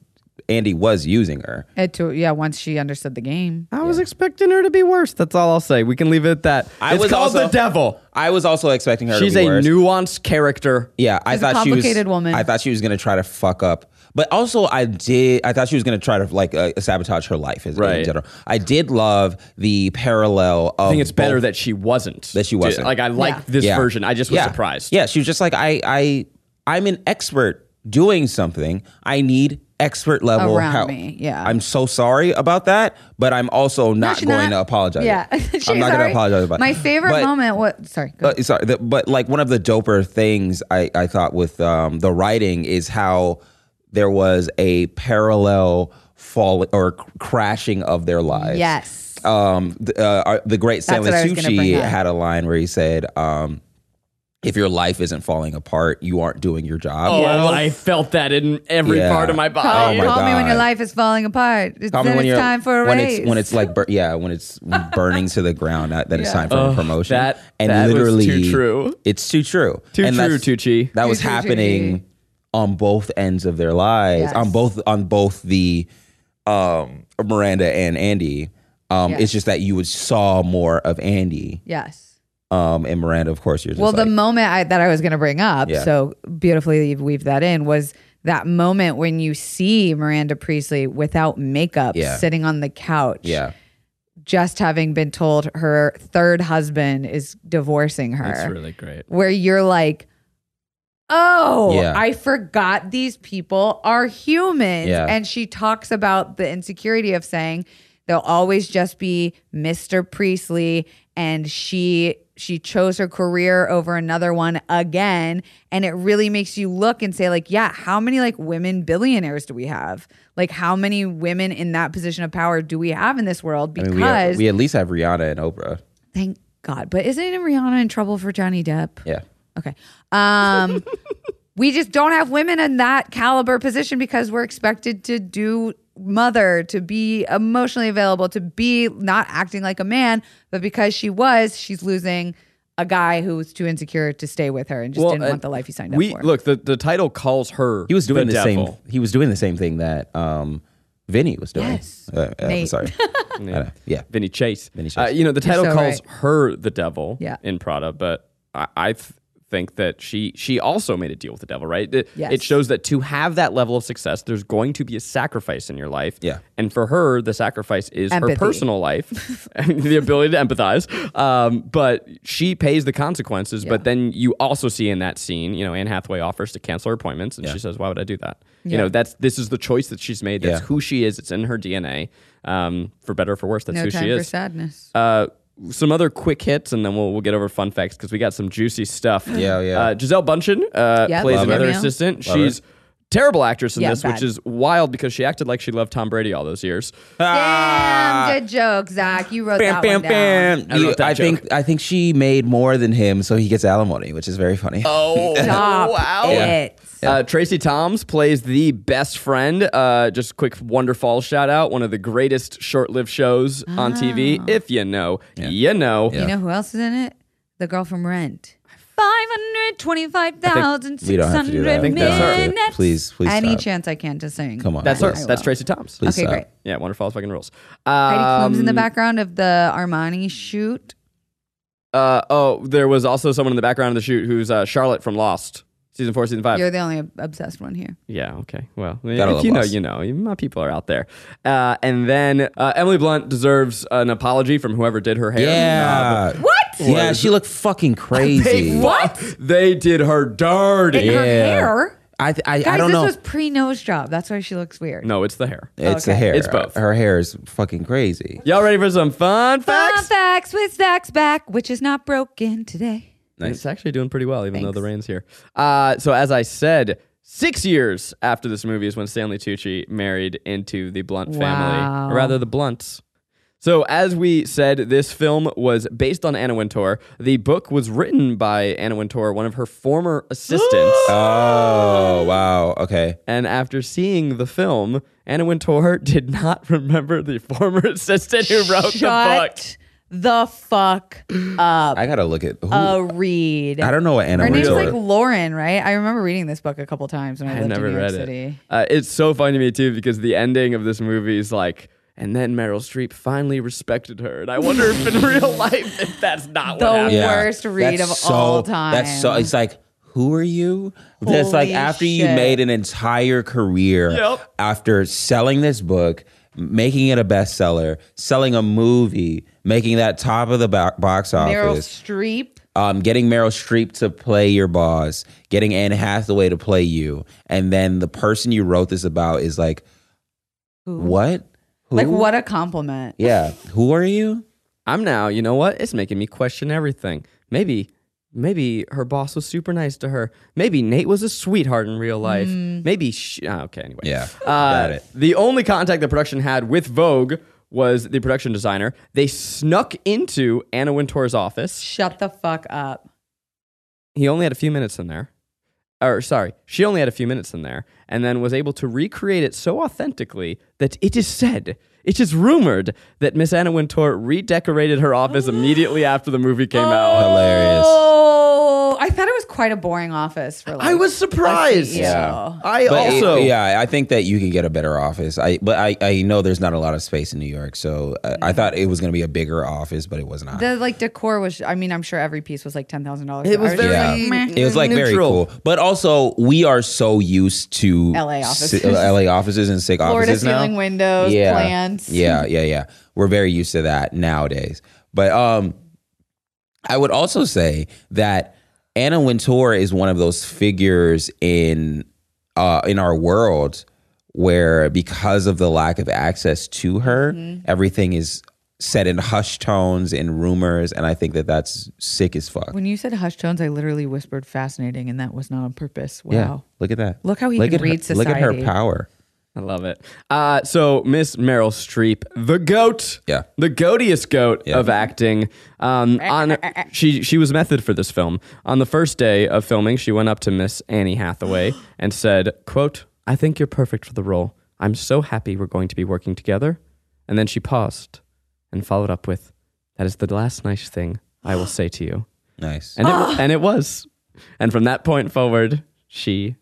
S5: Andy was using her.
S4: It to, yeah, once she understood the game.
S3: I was expecting her to be worse. That's all I'll say. We can leave it at that.
S5: I
S3: it's
S5: was
S3: called
S5: also-
S3: the devil.
S5: I was also expecting her.
S3: She's
S5: to be
S3: a
S5: worse.
S3: nuanced character.
S5: Yeah, I
S4: She's a
S5: thought she was
S4: complicated woman.
S5: I thought she was gonna try to fuck up, but also I did. I thought she was gonna try to like uh, sabotage her life as, in
S3: Right.
S5: general. I did love the parallel. Of
S3: I think it's better
S5: both-
S3: that she wasn't.
S5: That she wasn't.
S3: Like I like
S4: Yeah.
S3: this
S5: Yeah.
S3: version. I just was
S5: yeah.
S3: surprised.
S5: Yeah, she was just like I I I'm an expert doing something. I need expert level
S4: Around
S5: help.
S4: me, yeah.
S5: I'm so sorry about that, but I'm also not
S4: she's
S5: going
S4: not.
S5: to apologize.
S4: Yeah, She's
S5: I'm not going to
S4: sorry.
S5: apologize about
S4: My
S5: it.
S4: favorite
S5: But-
S4: moment. What? Sorry. go.
S5: Uh, sorry, the, but like one of the doper things I, I thought with um, the writing is how there was a parallel fall or c- crashing of their lives.
S4: yes.
S5: Um, the, uh, our- the great Stanley
S4: what I was gonna bring
S5: Tucci
S4: up.
S5: had a line where he said, um, if your life isn't falling apart, you aren't doing your job.
S3: Oh, I felt that in every
S5: Yeah.
S3: part of my
S4: Call,
S3: body.
S5: Oh my
S4: call me when your
S5: God.
S4: life is falling apart. It's,
S5: Tell me
S4: then
S5: when
S4: it's
S5: you're
S4: time for a
S5: when
S4: raise.
S5: it's when it's like bur- yeah when it's burning to the ground that, that it's time for a promotion
S3: that- that was too true.
S5: it's too true
S3: Too
S5: And
S3: true,
S5: that's-
S3: Tucci.
S5: that was
S4: Too true,
S5: happening
S4: Tucci.
S5: on both ends of their lives
S4: Yes.
S5: on both on both the um Miranda and Andy um
S4: Yes.
S5: it's just that you would saw more of Andy
S4: yes.
S5: um and Miranda of course you're just
S4: Well, the
S5: like,
S4: moment I, that I was going to bring up,
S5: Yeah.
S4: so beautifully you've weaved that in, was that moment when you see Miranda Priestley without makeup
S5: Yeah.
S4: sitting on the couch,
S5: yeah
S4: just having been told her third husband is divorcing her.
S3: That's really great.
S4: where you're like, oh,
S5: Yeah.
S4: I forgot these people are humans.
S5: Yeah.
S4: And she talks about the insecurity of saying there'll always just be Mr. Priestley and she she chose her career over another one again and it really makes you look and say like yeah how many like women billionaires do we have like how many women in that position of power do we have in this world
S5: I
S4: because
S5: mean, we, have, we at least have Rihanna and Oprah
S4: thank god but isn't Rihanna in trouble for Johnny Depp
S5: yeah
S4: Okay. Um, we just don't have women in that caliber position because we're expected to do mother, to be emotionally available, to be not acting like a man. But because she was, she's losing a guy who was too insecure to stay with her and just didn't
S3: and
S4: want the life he signed
S3: uh, we,
S4: up for.
S3: Look, the, the title calls her.
S5: He was doing the,
S3: devil.
S5: same. He was doing the same thing that um, Vinny was doing.
S4: Yes.
S5: Uh, uh,
S4: Nate.
S5: sorry. yeah. yeah.
S3: Vinny Chase.
S5: Vinny Chase.
S3: Uh, you know, the title
S4: so
S3: calls
S4: right.
S3: her the devil
S4: Yeah.
S3: in Prada, but I, I th- think that she she also made a deal with the devil, right? It,
S4: Yes.
S3: it shows that to have that level of success, there's going to be a sacrifice in your life.
S5: Yeah.
S3: And for her, the sacrifice is
S4: Empathy.
S3: her personal life, and the ability to empathize. Um, but she pays the consequences. But then you also see in that scene, you know, Anne Hathaway offers to cancel her appointments, and she says, "Why would I do that?" You know, that's this is the choice that she's made. That's
S5: Yeah.
S3: who she is. It's in her DNA. Um, for better or for worse, that's
S4: no
S3: who
S4: time
S3: she
S4: for
S3: is.
S4: sadness.
S3: Uh, some other quick hits, and then we'll, we'll get over fun facts because we got some juicy stuff.
S5: Yeah, yeah.
S3: Uh, Giselle Bundchen uh,
S4: Yep,
S3: plays
S4: Love her.
S3: another
S4: Yeah.
S3: assistant. She's terrible actress in
S4: Yeah,
S3: this,
S4: bad.
S3: which is wild because she acted like she loved Tom Brady all those years. Ah.
S4: Damn, good joke, Zach. You wrote that one down.
S3: I
S5: You-
S3: wrote that
S5: I think
S3: joke.
S5: I think she made more than him, so he gets alimony, which is very funny.
S3: Oh,
S4: Stop it.
S3: Uh, Tracy Toms plays the best friend. Uh, just quick Wonderfall shout out. One of the greatest short lived shows on
S4: Oh.
S3: TV. If you know, you know.
S4: You know who else is in it? The girl from Rent. Five hundred twenty-five thousand
S5: we
S4: six
S5: don't have to do that. I
S4: hundred
S5: think that's her.
S4: minutes.
S5: Please, please
S4: Any
S5: stop.
S4: chance I can to sing?
S5: Come on.
S3: That's
S5: please.
S3: her. That's Tracy Toms.
S5: Please
S4: Okay,
S5: stop.
S4: great.
S3: Yeah, Wonderfall's fucking rules.
S4: Heidi Klum's in the
S3: Um,
S4: background of the Armani shoot.
S3: Uh, oh, there was also someone in the background of the shoot who's uh, Charlotte from Lost, season four, season 5
S4: You're the only ob- obsessed one here.
S3: yeah, okay. Well,
S5: love
S3: if you know,
S5: Lost.
S3: you know. My people are out there. Uh, and then uh, Emily Blunt deserves an apology from whoever did her hair. Uh,
S5: Yeah.
S4: What?
S5: Yeah, she looked fucking crazy.
S3: they, what? They did her dirty.
S4: Her
S5: Yeah.
S4: hair?
S5: I th- I,
S4: Guys,
S5: I don't
S4: this
S5: know.
S4: was pre nose job. That's why she looks weird.
S3: No, it's the hair.
S5: it's the hair.
S3: It's both.
S5: Her hair is fucking crazy.
S3: Y'all ready for some fun
S4: Fun
S3: facts?
S4: facts with Zach's back, which is not broken today.
S3: It's actually doing pretty well, even though the rain's here. Uh, so, as I said, six years after this movie is when Stanley Tucci married into the Blunt family, or rather the Blunts. So, as we said, this film was based on Anna Wintour. The book was written by Anna Wintour, one of her former assistants.
S5: Oh wow. Okay.
S3: and after seeing the film, Anna Wintour did not remember the former assistant who wrote
S4: Shut the fuck up.
S5: I gotta look at who.
S4: A read.
S5: I don't know what Anna
S4: Her name's
S5: Wintour-
S4: like Lauren, right? I remember reading this book a couple times when
S3: the
S4: I
S3: book.
S4: lived
S3: I never
S4: in New York
S3: read it.
S4: City.
S3: Uh, it's so funny to me, too, because the ending of this movie is like, and then Meryl Streep finally respected her. And I wonder if in real life, if that's not
S4: The
S3: what happened.
S4: Yeah. worst read
S5: That's
S4: of all time.
S5: That's so. It's like, who are you? that's like
S4: Holy
S5: after you
S4: shit.
S5: made an entire career
S3: Yep.
S5: after selling this book, making it a bestseller, selling a movie, making that top of the bo- box
S4: Meryl
S5: office,
S4: Streep.
S5: um, getting Meryl Streep to play your boss, getting Anne Hathaway to play you, and then the person you wrote this about is like, what? Who?
S4: Like, what a compliment.
S5: Yeah, who are you?
S3: I'm now, you know what? It's making me question everything. Maybe maybe her boss was super nice to her. Maybe Nate was a sweetheart in real life.
S4: Mm.
S3: Maybe she, ah, okay, anyway.
S5: Yeah,
S3: Uh,
S5: got it.
S3: The only contact the production had with Vogue was the production designer. They snuck into Anna Wintour's office
S4: Shut the fuck up.
S3: he only had a few minutes in there. Or sorry, she only had a few minutes in there, and then was able to recreate it so authentically that it is said, it is rumored that Miss Anna Wintour redecorated her office immediately after the movie came out.
S5: Hilarious.
S4: Oh, I thought it was quite a boring office for like. E
S3: I was surprised.
S4: Yeah.
S3: I
S5: But it-
S3: also
S5: yeah, I think that you could get a better office. I but I, I know there's not a lot of space in New York, so uh, I, I thought it was going to be a bigger office, but it was not.
S4: The like decor was. I mean, I'm sure every piece was like ten thousand dollars.
S3: It was very-
S5: yeah,
S4: Like, meh.
S5: it was like very
S3: Neutral.
S5: cool. But also, we are so used to
S4: LA offices.
S5: si- uh, LA offices and sick
S4: Florida
S5: offices now.
S4: ceiling windows,
S5: yeah.
S4: plants.
S5: Yeah, yeah, yeah. We're very used to that nowadays. But um I would also say that Anna Wintour is one of those figures in uh in our world where because of the lack of access to her,
S4: Mm-hmm.
S5: everything is said in hushed tones and rumors and I think that that's sick as fuck.
S4: When you said hush tones, I literally whispered "fascinating," and that was not on purpose. Wow.
S5: Yeah. Look at that.
S4: Look how he
S5: look
S4: can
S5: at her-
S4: read
S5: Look at her
S4: society.
S5: power.
S3: I love it. Uh, so Miss Meryl Streep, the goat,
S5: Yeah.
S3: the goatiest goat of acting. Um, on she she was method for this film. On the first day of filming, she went up to Miss Annie Hathaway and said, "quote I think you're perfect for the role. I'm so happy we're going to be working together." And then she paused and followed up with, "That is the last nice thing I will say to you."
S5: Nice.
S3: And it, and it was. And from that point forward, she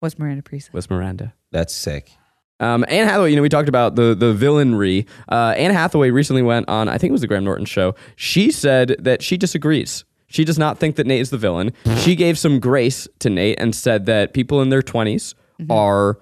S4: Was Miranda Priestley?
S3: was Miranda.
S5: That's sick.
S3: Um, Anne Hathaway, you know, we talked about the the villainry. Uh, Anne Hathaway recently went on, I think it was the Graham Norton show. She said that she disagrees. She does not think that Nate is the villain. she gave some grace to Nate and said that people in their 20s are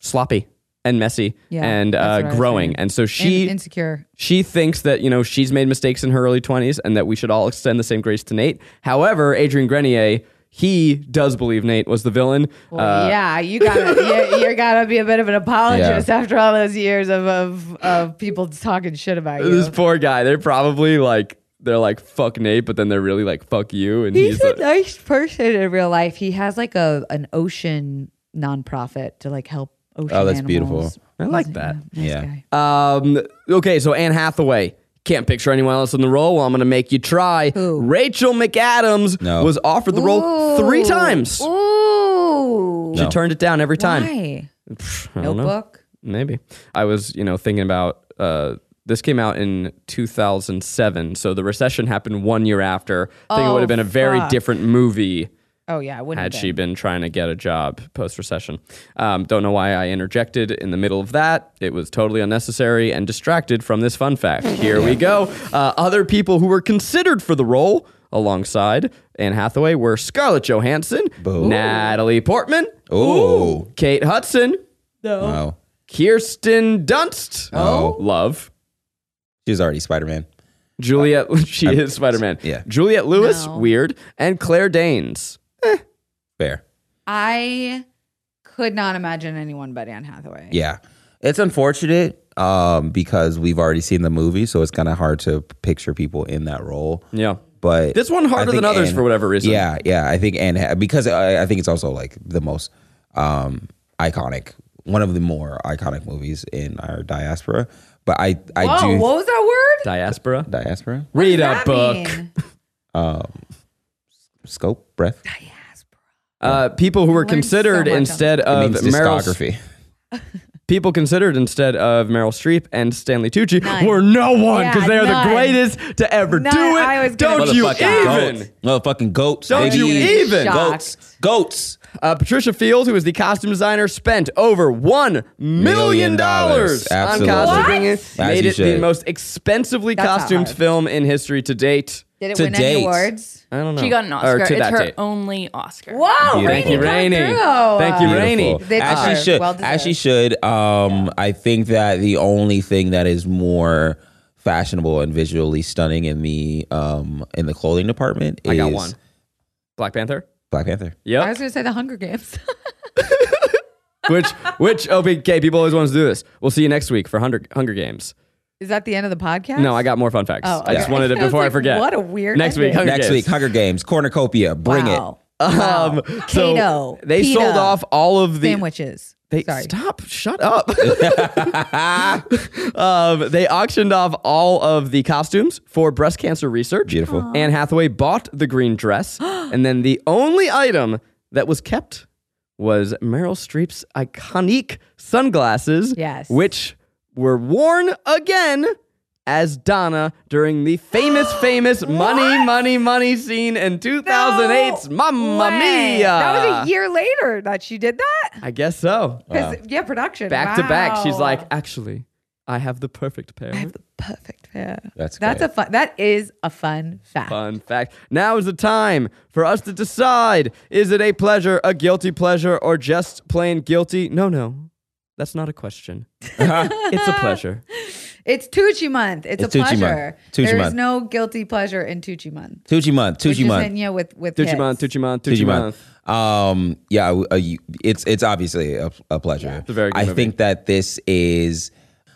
S3: sloppy and messy
S4: Mm-hmm. Yeah,
S3: and
S4: that's
S3: uh,
S4: what I was
S3: growing.
S4: thinking.
S3: And so she
S4: In- insecure.
S3: she thinks that you know she's made mistakes in her early 20s and that we should all extend the same grace to Nate. However, Adrian Grenier, he does believe Nate was the villain.
S4: Well,
S3: Uh,
S4: yeah, you gotta you, you gotta be a bit of an apologist after all those years of of, of people talking shit about you.
S3: this poor guy. They're probably like they're like fuck Nate, but then they're really like fuck you. And he's,
S4: He's a
S3: like,
S4: nice person in real life. He has like a an ocean nonprofit to like help ocean.
S5: Oh, that's
S4: animals.
S5: beautiful.
S3: I like that.
S4: Nice
S5: Yeah.
S4: guy.
S3: Um, okay, so Anne Hathaway. Can't picture anyone else in the role. Well, I'm going to make you try. Rachel McAdams
S5: No.
S3: was offered the role three times.
S4: Ooh.
S3: She turned it down every time.
S4: Why?
S3: I don't know.
S4: Notebook.
S3: Maybe. I was, you know, thinking about uh, this came out in 2007. So the recession happened one year after. I think it
S4: Oh,
S3: would have been a very
S4: fuck.
S3: different movie.
S4: Oh yeah, I wouldn't.
S3: had
S4: have
S3: she been trying to get a job post recession. Um, don't know why I interjected in the middle of that. It was totally unnecessary and distracted from this fun fact. Here we go. Uh, other people who were considered for the role alongside Anne Hathaway were Scarlett Johansson, Natalie Portman,
S5: Ooh.
S3: Kate Hudson,
S5: Wow.
S3: Kirsten Dunst,
S5: Oh.
S3: Love,
S5: She's already Spider Man.
S3: Juliet. she is Spider Man.
S5: yeah.
S3: Juliet Lewis,
S4: No.
S3: weird, and Claire Danes.
S5: Fair.
S4: I could not imagine anyone but Anne Hathaway.
S5: Yeah. It's unfortunate um, because we've already seen the movie, so it's kind of hard to picture people in that role.
S3: Yeah.
S5: But
S3: This one harder
S5: I think
S3: than others
S5: Anne-
S3: for whatever reason.
S5: Yeah, yeah. I think Anne ha- because I, I think it's also like the most um, iconic, one of the more iconic movies in our diaspora. But I, I
S4: Whoa,
S5: do
S4: what was that word?
S3: Diaspora.
S5: diaspora
S3: Read a
S4: That
S3: book.
S4: mean-
S5: scope breath
S3: Uh, people who were
S4: Learned so
S3: considered
S4: much on
S3: instead
S5: it
S3: of
S5: means
S3: Meryl.
S5: discography.
S3: People considered instead of Meryl Streep and Stanley Tucci
S4: None.
S3: were no one
S4: Yeah,
S3: because they are
S4: none.
S3: the greatest to ever
S4: None.
S3: do it.
S4: I was gonna
S3: Don't you
S5: Motherfucking
S3: even?
S5: goats. Motherfucking goats.
S3: Don't
S5: baby.
S3: you even?
S5: Goats. Goats.
S3: Uh, Patricia Field, who is the costume designer, spent over one million
S5: Million
S3: dollars
S5: dollars.
S3: on
S5: Absolutely.
S3: costuming.
S5: What?
S3: it.
S5: As
S3: Made
S5: you
S3: it the
S5: should.
S3: most expensively
S4: That's not
S3: costumed
S4: hard.
S3: film in history to date.
S4: Did it
S5: To
S4: win any
S5: date.
S4: awards?
S3: I don't know.
S6: She got an
S3: Or
S6: Oscar.
S3: to
S6: It's
S3: that
S6: her
S3: date.
S6: only Oscar.
S4: Whoa!
S3: Thank
S4: Rainey
S3: you,
S4: come
S3: Rainey.
S4: through.
S3: Thank you, Rainey.
S5: Beautiful.
S4: They
S5: as
S4: deserve.
S5: she should.
S4: Well
S5: as she
S4: deserved.
S5: should. Um, I think that the only thing that is more fashionable and visually stunning in the um in the clothing department is
S3: I got one. Black Panther.
S5: Black Panther.
S3: Yep.
S4: I was gonna say the Hunger Games.
S3: which which OPK people always want us to do this. We'll see you next week for Hunger, Hunger Games.
S4: Is that the end of the podcast?
S3: No, I got more fun facts.
S4: Oh,
S3: I just
S4: okay.
S3: wanted it
S4: I was
S3: before I
S4: like,
S3: forget.
S4: what a weird
S3: next week.
S4: ending.
S3: Hunger
S5: Next
S3: Games.
S5: week, Hunger Games, cornucopia. Bring
S4: wow.
S5: it.
S4: Wow.
S3: Um, so
S4: Kato.
S3: they
S4: Pita.
S3: sold off all of the
S4: sandwiches.
S3: They
S4: Sorry.
S3: stop. Shut up. um, they auctioned off all of the costumes for breast cancer research.
S5: Beautiful. Aw.
S3: Anne Hathaway bought the green dress, and then the only item that was kept was Meryl Streep's iconic sunglasses.
S4: Yes.
S3: which were worn again as Donna during the famous, famous money, money, money scene in 2008's Mamma
S4: Way.
S3: Mia.
S4: That was a year later that she did that.
S3: I guess so.
S4: 'Cause- Yeah, production.
S3: Back to back, she's
S4: Wow.
S3: like, actually, I have the perfect pair.
S4: perfect. Yeah.
S5: That's
S4: That's a
S5: great.
S4: fun. That is a fun fact.
S3: Fun fact. Now is the time for us to decide is it a pleasure, a guilty pleasure, or just plain guilty? No, no. That's not a question. it's a pleasure.
S4: It's Tucci month. It's,
S5: It's
S4: a
S5: Tucci month.
S4: pleasure.
S5: Tucci
S4: There is
S5: month.
S4: no guilty pleasure in Tucci month.
S5: Tucci month.
S4: We're
S5: Tucci
S4: just
S5: month.
S4: hitting you with with
S3: Tucci
S4: hits.
S3: month, Tucci month, Tucci
S5: Digimon.
S3: month.
S5: Um, yeah, uh, you- it's it's obviously a, a pleasure.
S3: a very good
S5: I
S3: movie.
S5: think that this is,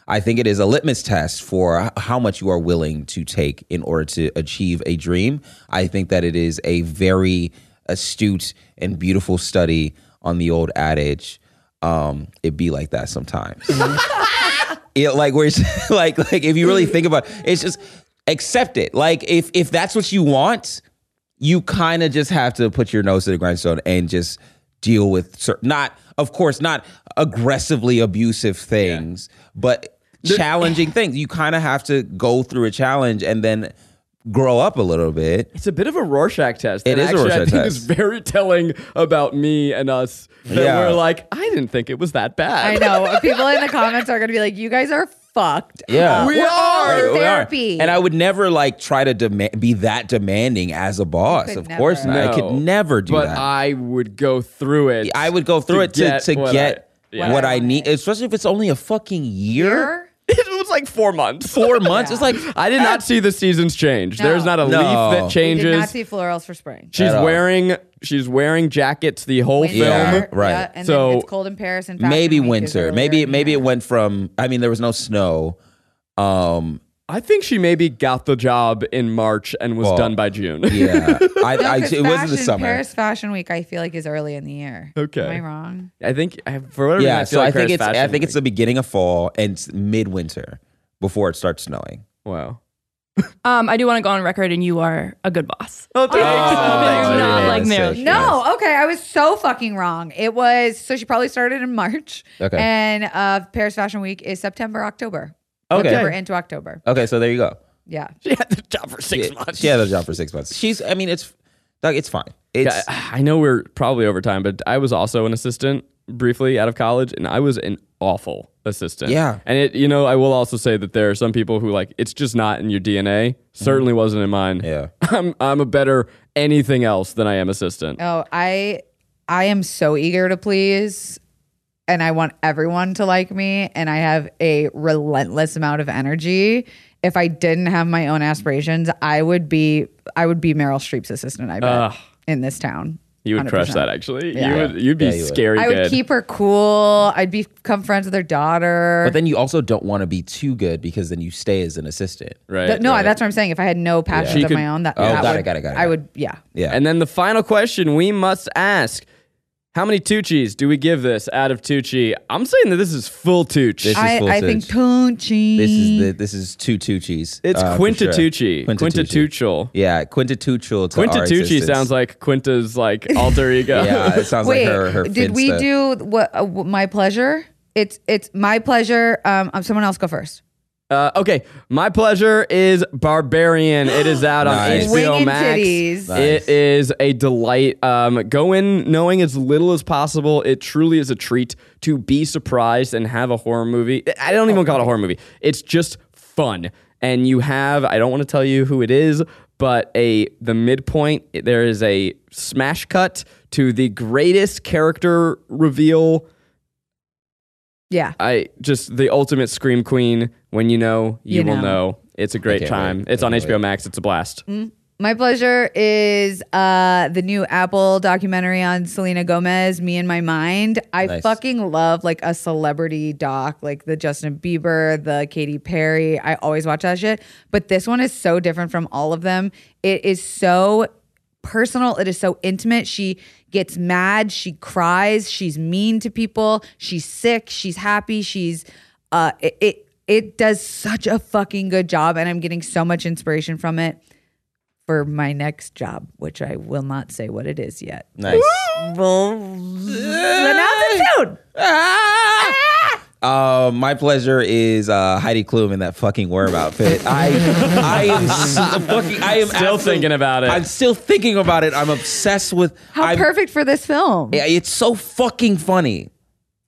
S5: I think it is a litmus test for h- how much you are willing to take in order to achieve a dream. I think that it is a very astute and beautiful study on the old adage. Um, it be like that sometimes. Yeah, like where it's like like if you really think about it, it's just accept it. Like if if that's what you want, you kind of just have to put your nose to the grindstone and just deal with certain not of course not aggressively abusive things, but challenging things. You kind of have to go through a challenge and then grow up a little bit.
S3: It's a bit of a Rorschach test.
S5: It
S3: and
S5: is a
S3: actually, I
S5: Rorschach
S3: think
S5: test.
S3: It's very telling about me and us that
S5: Yeah.
S3: we're like, I didn't think it was that
S4: I
S3: bad.
S4: know. People in the comments are gonna be like, "You guys are fucked."
S5: Yeah.
S4: up.
S5: We
S4: We're all
S5: Right,
S4: in
S5: we are.
S4: therapy.
S5: And I would never like try to demand be that demanding as a boss.
S4: could
S5: Of course
S4: never.
S5: not. I could never do
S3: but
S5: that.
S3: I would go through it.
S5: I would go through
S3: to
S5: it to
S3: get
S5: to
S3: what
S5: get
S3: I- yeah.
S5: what I need, especially if it's only a fucking year,
S4: You're-
S3: it was like four months.
S5: four months. It's like
S3: I did not see the seasons change. There's not a
S5: No.
S3: leaf that
S4: We did not
S3: changes.
S4: see florals for spring.
S3: she's
S5: At all.
S3: wearing she's wearing jackets the whole
S4: Winter,
S3: film.
S5: Yeah, right.
S4: and
S3: So-
S4: then it's cold in Paris and Fashion
S5: maybe
S4: Week is
S5: winter.
S4: earlier
S5: Maybe
S4: in the
S5: maybe
S4: year.
S5: it went from. I mean, there was no snow. Um.
S3: I think she maybe got the job in March and was
S5: Well,
S3: done by June.
S5: Yeah. I,
S4: No,
S5: I,
S4: 'cause
S5: it wasn't the
S4: fashion-
S5: summer.
S4: Paris Fashion Week, I feel like, is early in the year.
S3: Okay.
S4: Am I wrong?
S3: I think I- for whatever reason,
S5: yeah.
S3: I feel
S5: So
S3: like
S5: I think
S3: Paris
S5: it's. I
S3: Fashion
S5: think it's the
S3: Week.
S5: beginning of fall and it's midwinter before it starts snowing.
S3: wow.
S6: Um, I do want to go on record, and you are a good boss.
S3: Oh, thank you.
S6: thanks, You're not like
S5: Yes,
S6: Meryl
S5: yes,
S4: No, okay. I was so fucking wrong. It was so she probably started in March.
S5: Okay.
S4: And uh, Paris Fashion Week is September, October.
S5: Okay.
S4: September into October.
S5: yes. Okay. So there you go.
S4: Yeah.
S3: She had the job for six months.
S5: She had a job for six months. She's. I mean, it's. Like, it's fine. It's.
S3: Yeah, I I know we're probably over time, but I was also an assistant briefly out of college, and I was an awful assistant.
S5: Yeah.
S3: and it you know I will also say that there are some people who like it's just not in your DNA. Certainly wasn't in mine.
S5: Yeah.
S3: I'm I'm a better anything else than I am assistant.
S4: Oh, I I am so eager to please and I want everyone to like me and I have a relentless amount of energy. If I didn't have my own aspirations, I would be I would be Meryl Streep's assistant, I bet,
S3: Ugh.
S4: in this town.
S3: you would crush
S4: 100%.
S3: that actually.
S4: Yeah.
S3: You would you'd be
S5: Yeah, you would.
S3: scary.
S4: I would
S3: good.
S4: keep her cool. I'd become friends with her daughter.
S5: But then you also don't want to be too good because then you stay as an assistant.
S3: right.
S4: Th- no, that's what I'm saying. If I had no passions
S3: She
S4: of my
S3: could-
S4: own, that,
S5: Oh,
S4: that
S5: got it,
S4: would,
S5: got it, got it,
S4: I
S5: got
S4: would, yeah.
S5: Yeah.
S3: And then the final question we must ask. How many Tucci's do we give this out of Tucci? I'm saying that this is full Tucci.
S5: This is
S4: I,
S5: full
S4: I think
S5: touch.
S4: Tunchi.
S5: This is the this is two Tucci's.
S3: It's
S5: uh, for
S3: quintatucci.
S5: sure.
S3: Quintatuchal.
S5: Yeah, quintatuchal. To our
S3: Quintatucci
S5: existence.
S3: sounds like Quinta's like alter ego.
S5: Yeah, it sounds
S4: Wait,
S5: like her. her
S4: did we
S5: Finsta.
S4: do what? Uh, w- my pleasure. It's it's my pleasure. Um, um, someone else go first.
S3: Uh, okay, my pleasure is Barbarian. It is out on
S5: Nice.
S3: HBO
S4: Winging
S3: Max.
S4: titties.
S5: Nice.
S3: It is a delight. Um, go in knowing as little as possible. It truly is a treat to be surprised and have a horror movie. I don't even call it a horror movie. It's just fun, and you have. I don't want to tell you who it is, but a the midpoint there is a smash cut to the greatest character reveal
S4: Yeah.
S3: I just the ultimate scream queen. When you know, you,
S4: You
S3: will
S4: know.
S3: know. It's a great
S5: can't
S3: time.
S5: wait.
S3: It's
S5: I
S3: on
S5: can't
S3: HBO
S5: wait.
S3: Max. It's a blast.
S4: My pleasure is uh, the new Apple documentary on Selena Gomez, Me and My Mind. I
S5: Nice.
S4: fucking love like a celebrity doc, like the Justin Bieber, the Katy Perry. I always watch that shit. But this one is so different from all of them. It is so personal. It is so intimate. She gets mad. She cries. She's mean to people. She's sick. She's happy. She's uh, it, it it does such a fucking good job, and I'm getting so much inspiration from it for my next job, which I will not say what it is yet.
S5: Nice.
S4: We'll announce it soon.
S5: Uh, my pleasure is uh, Heidi Klum in that fucking worm outfit. I, I am so fucking. I am
S3: Still
S5: absolute-
S3: thinking about it.
S5: I'm still thinking about it. I'm obsessed with.
S4: How
S5: I'm-
S4: perfect for this film.
S5: Yeah, It's so fucking funny.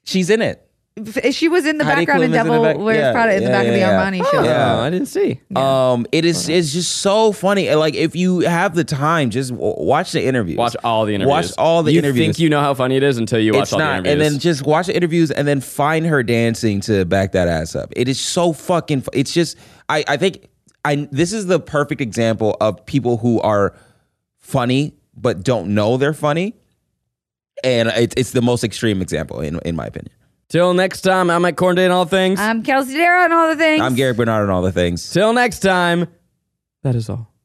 S5: She's in it.
S4: F- eh, She was in the
S5: Heidi
S4: background
S5: Klum
S4: in
S5: is in the
S4: Devil
S5: back-
S4: Wears
S5: yeah,
S4: Prada in the
S5: yeah,
S4: back
S5: yeah,
S4: of the
S5: yeah.
S4: Armani show.
S5: Yeah.
S3: Oh, I didn't see.
S5: Um, it is. It's just so funny. And, Like if you have the time, just w- watch the interviews.
S3: Watch all the interviews.
S5: Watch all the
S3: you
S5: interviews.
S3: think you know how funny it is until you watch
S5: it's
S3: all
S5: not.
S3: the
S5: and
S3: interviews.
S5: then just watch the interviews and then find her dancing to back that ass up. It is so fucking. fu- It's just. I. I think. I. This is the perfect example of people who are funny but don't know they're funny, and it's it's the most extreme example in in my opinion.
S3: Till next time, I'm at Corn Day and All Things.
S4: I'm Kelsey Um, Dara and all the things.
S5: I'm Garrick Bernard and all the things.
S3: Till next time, that is all.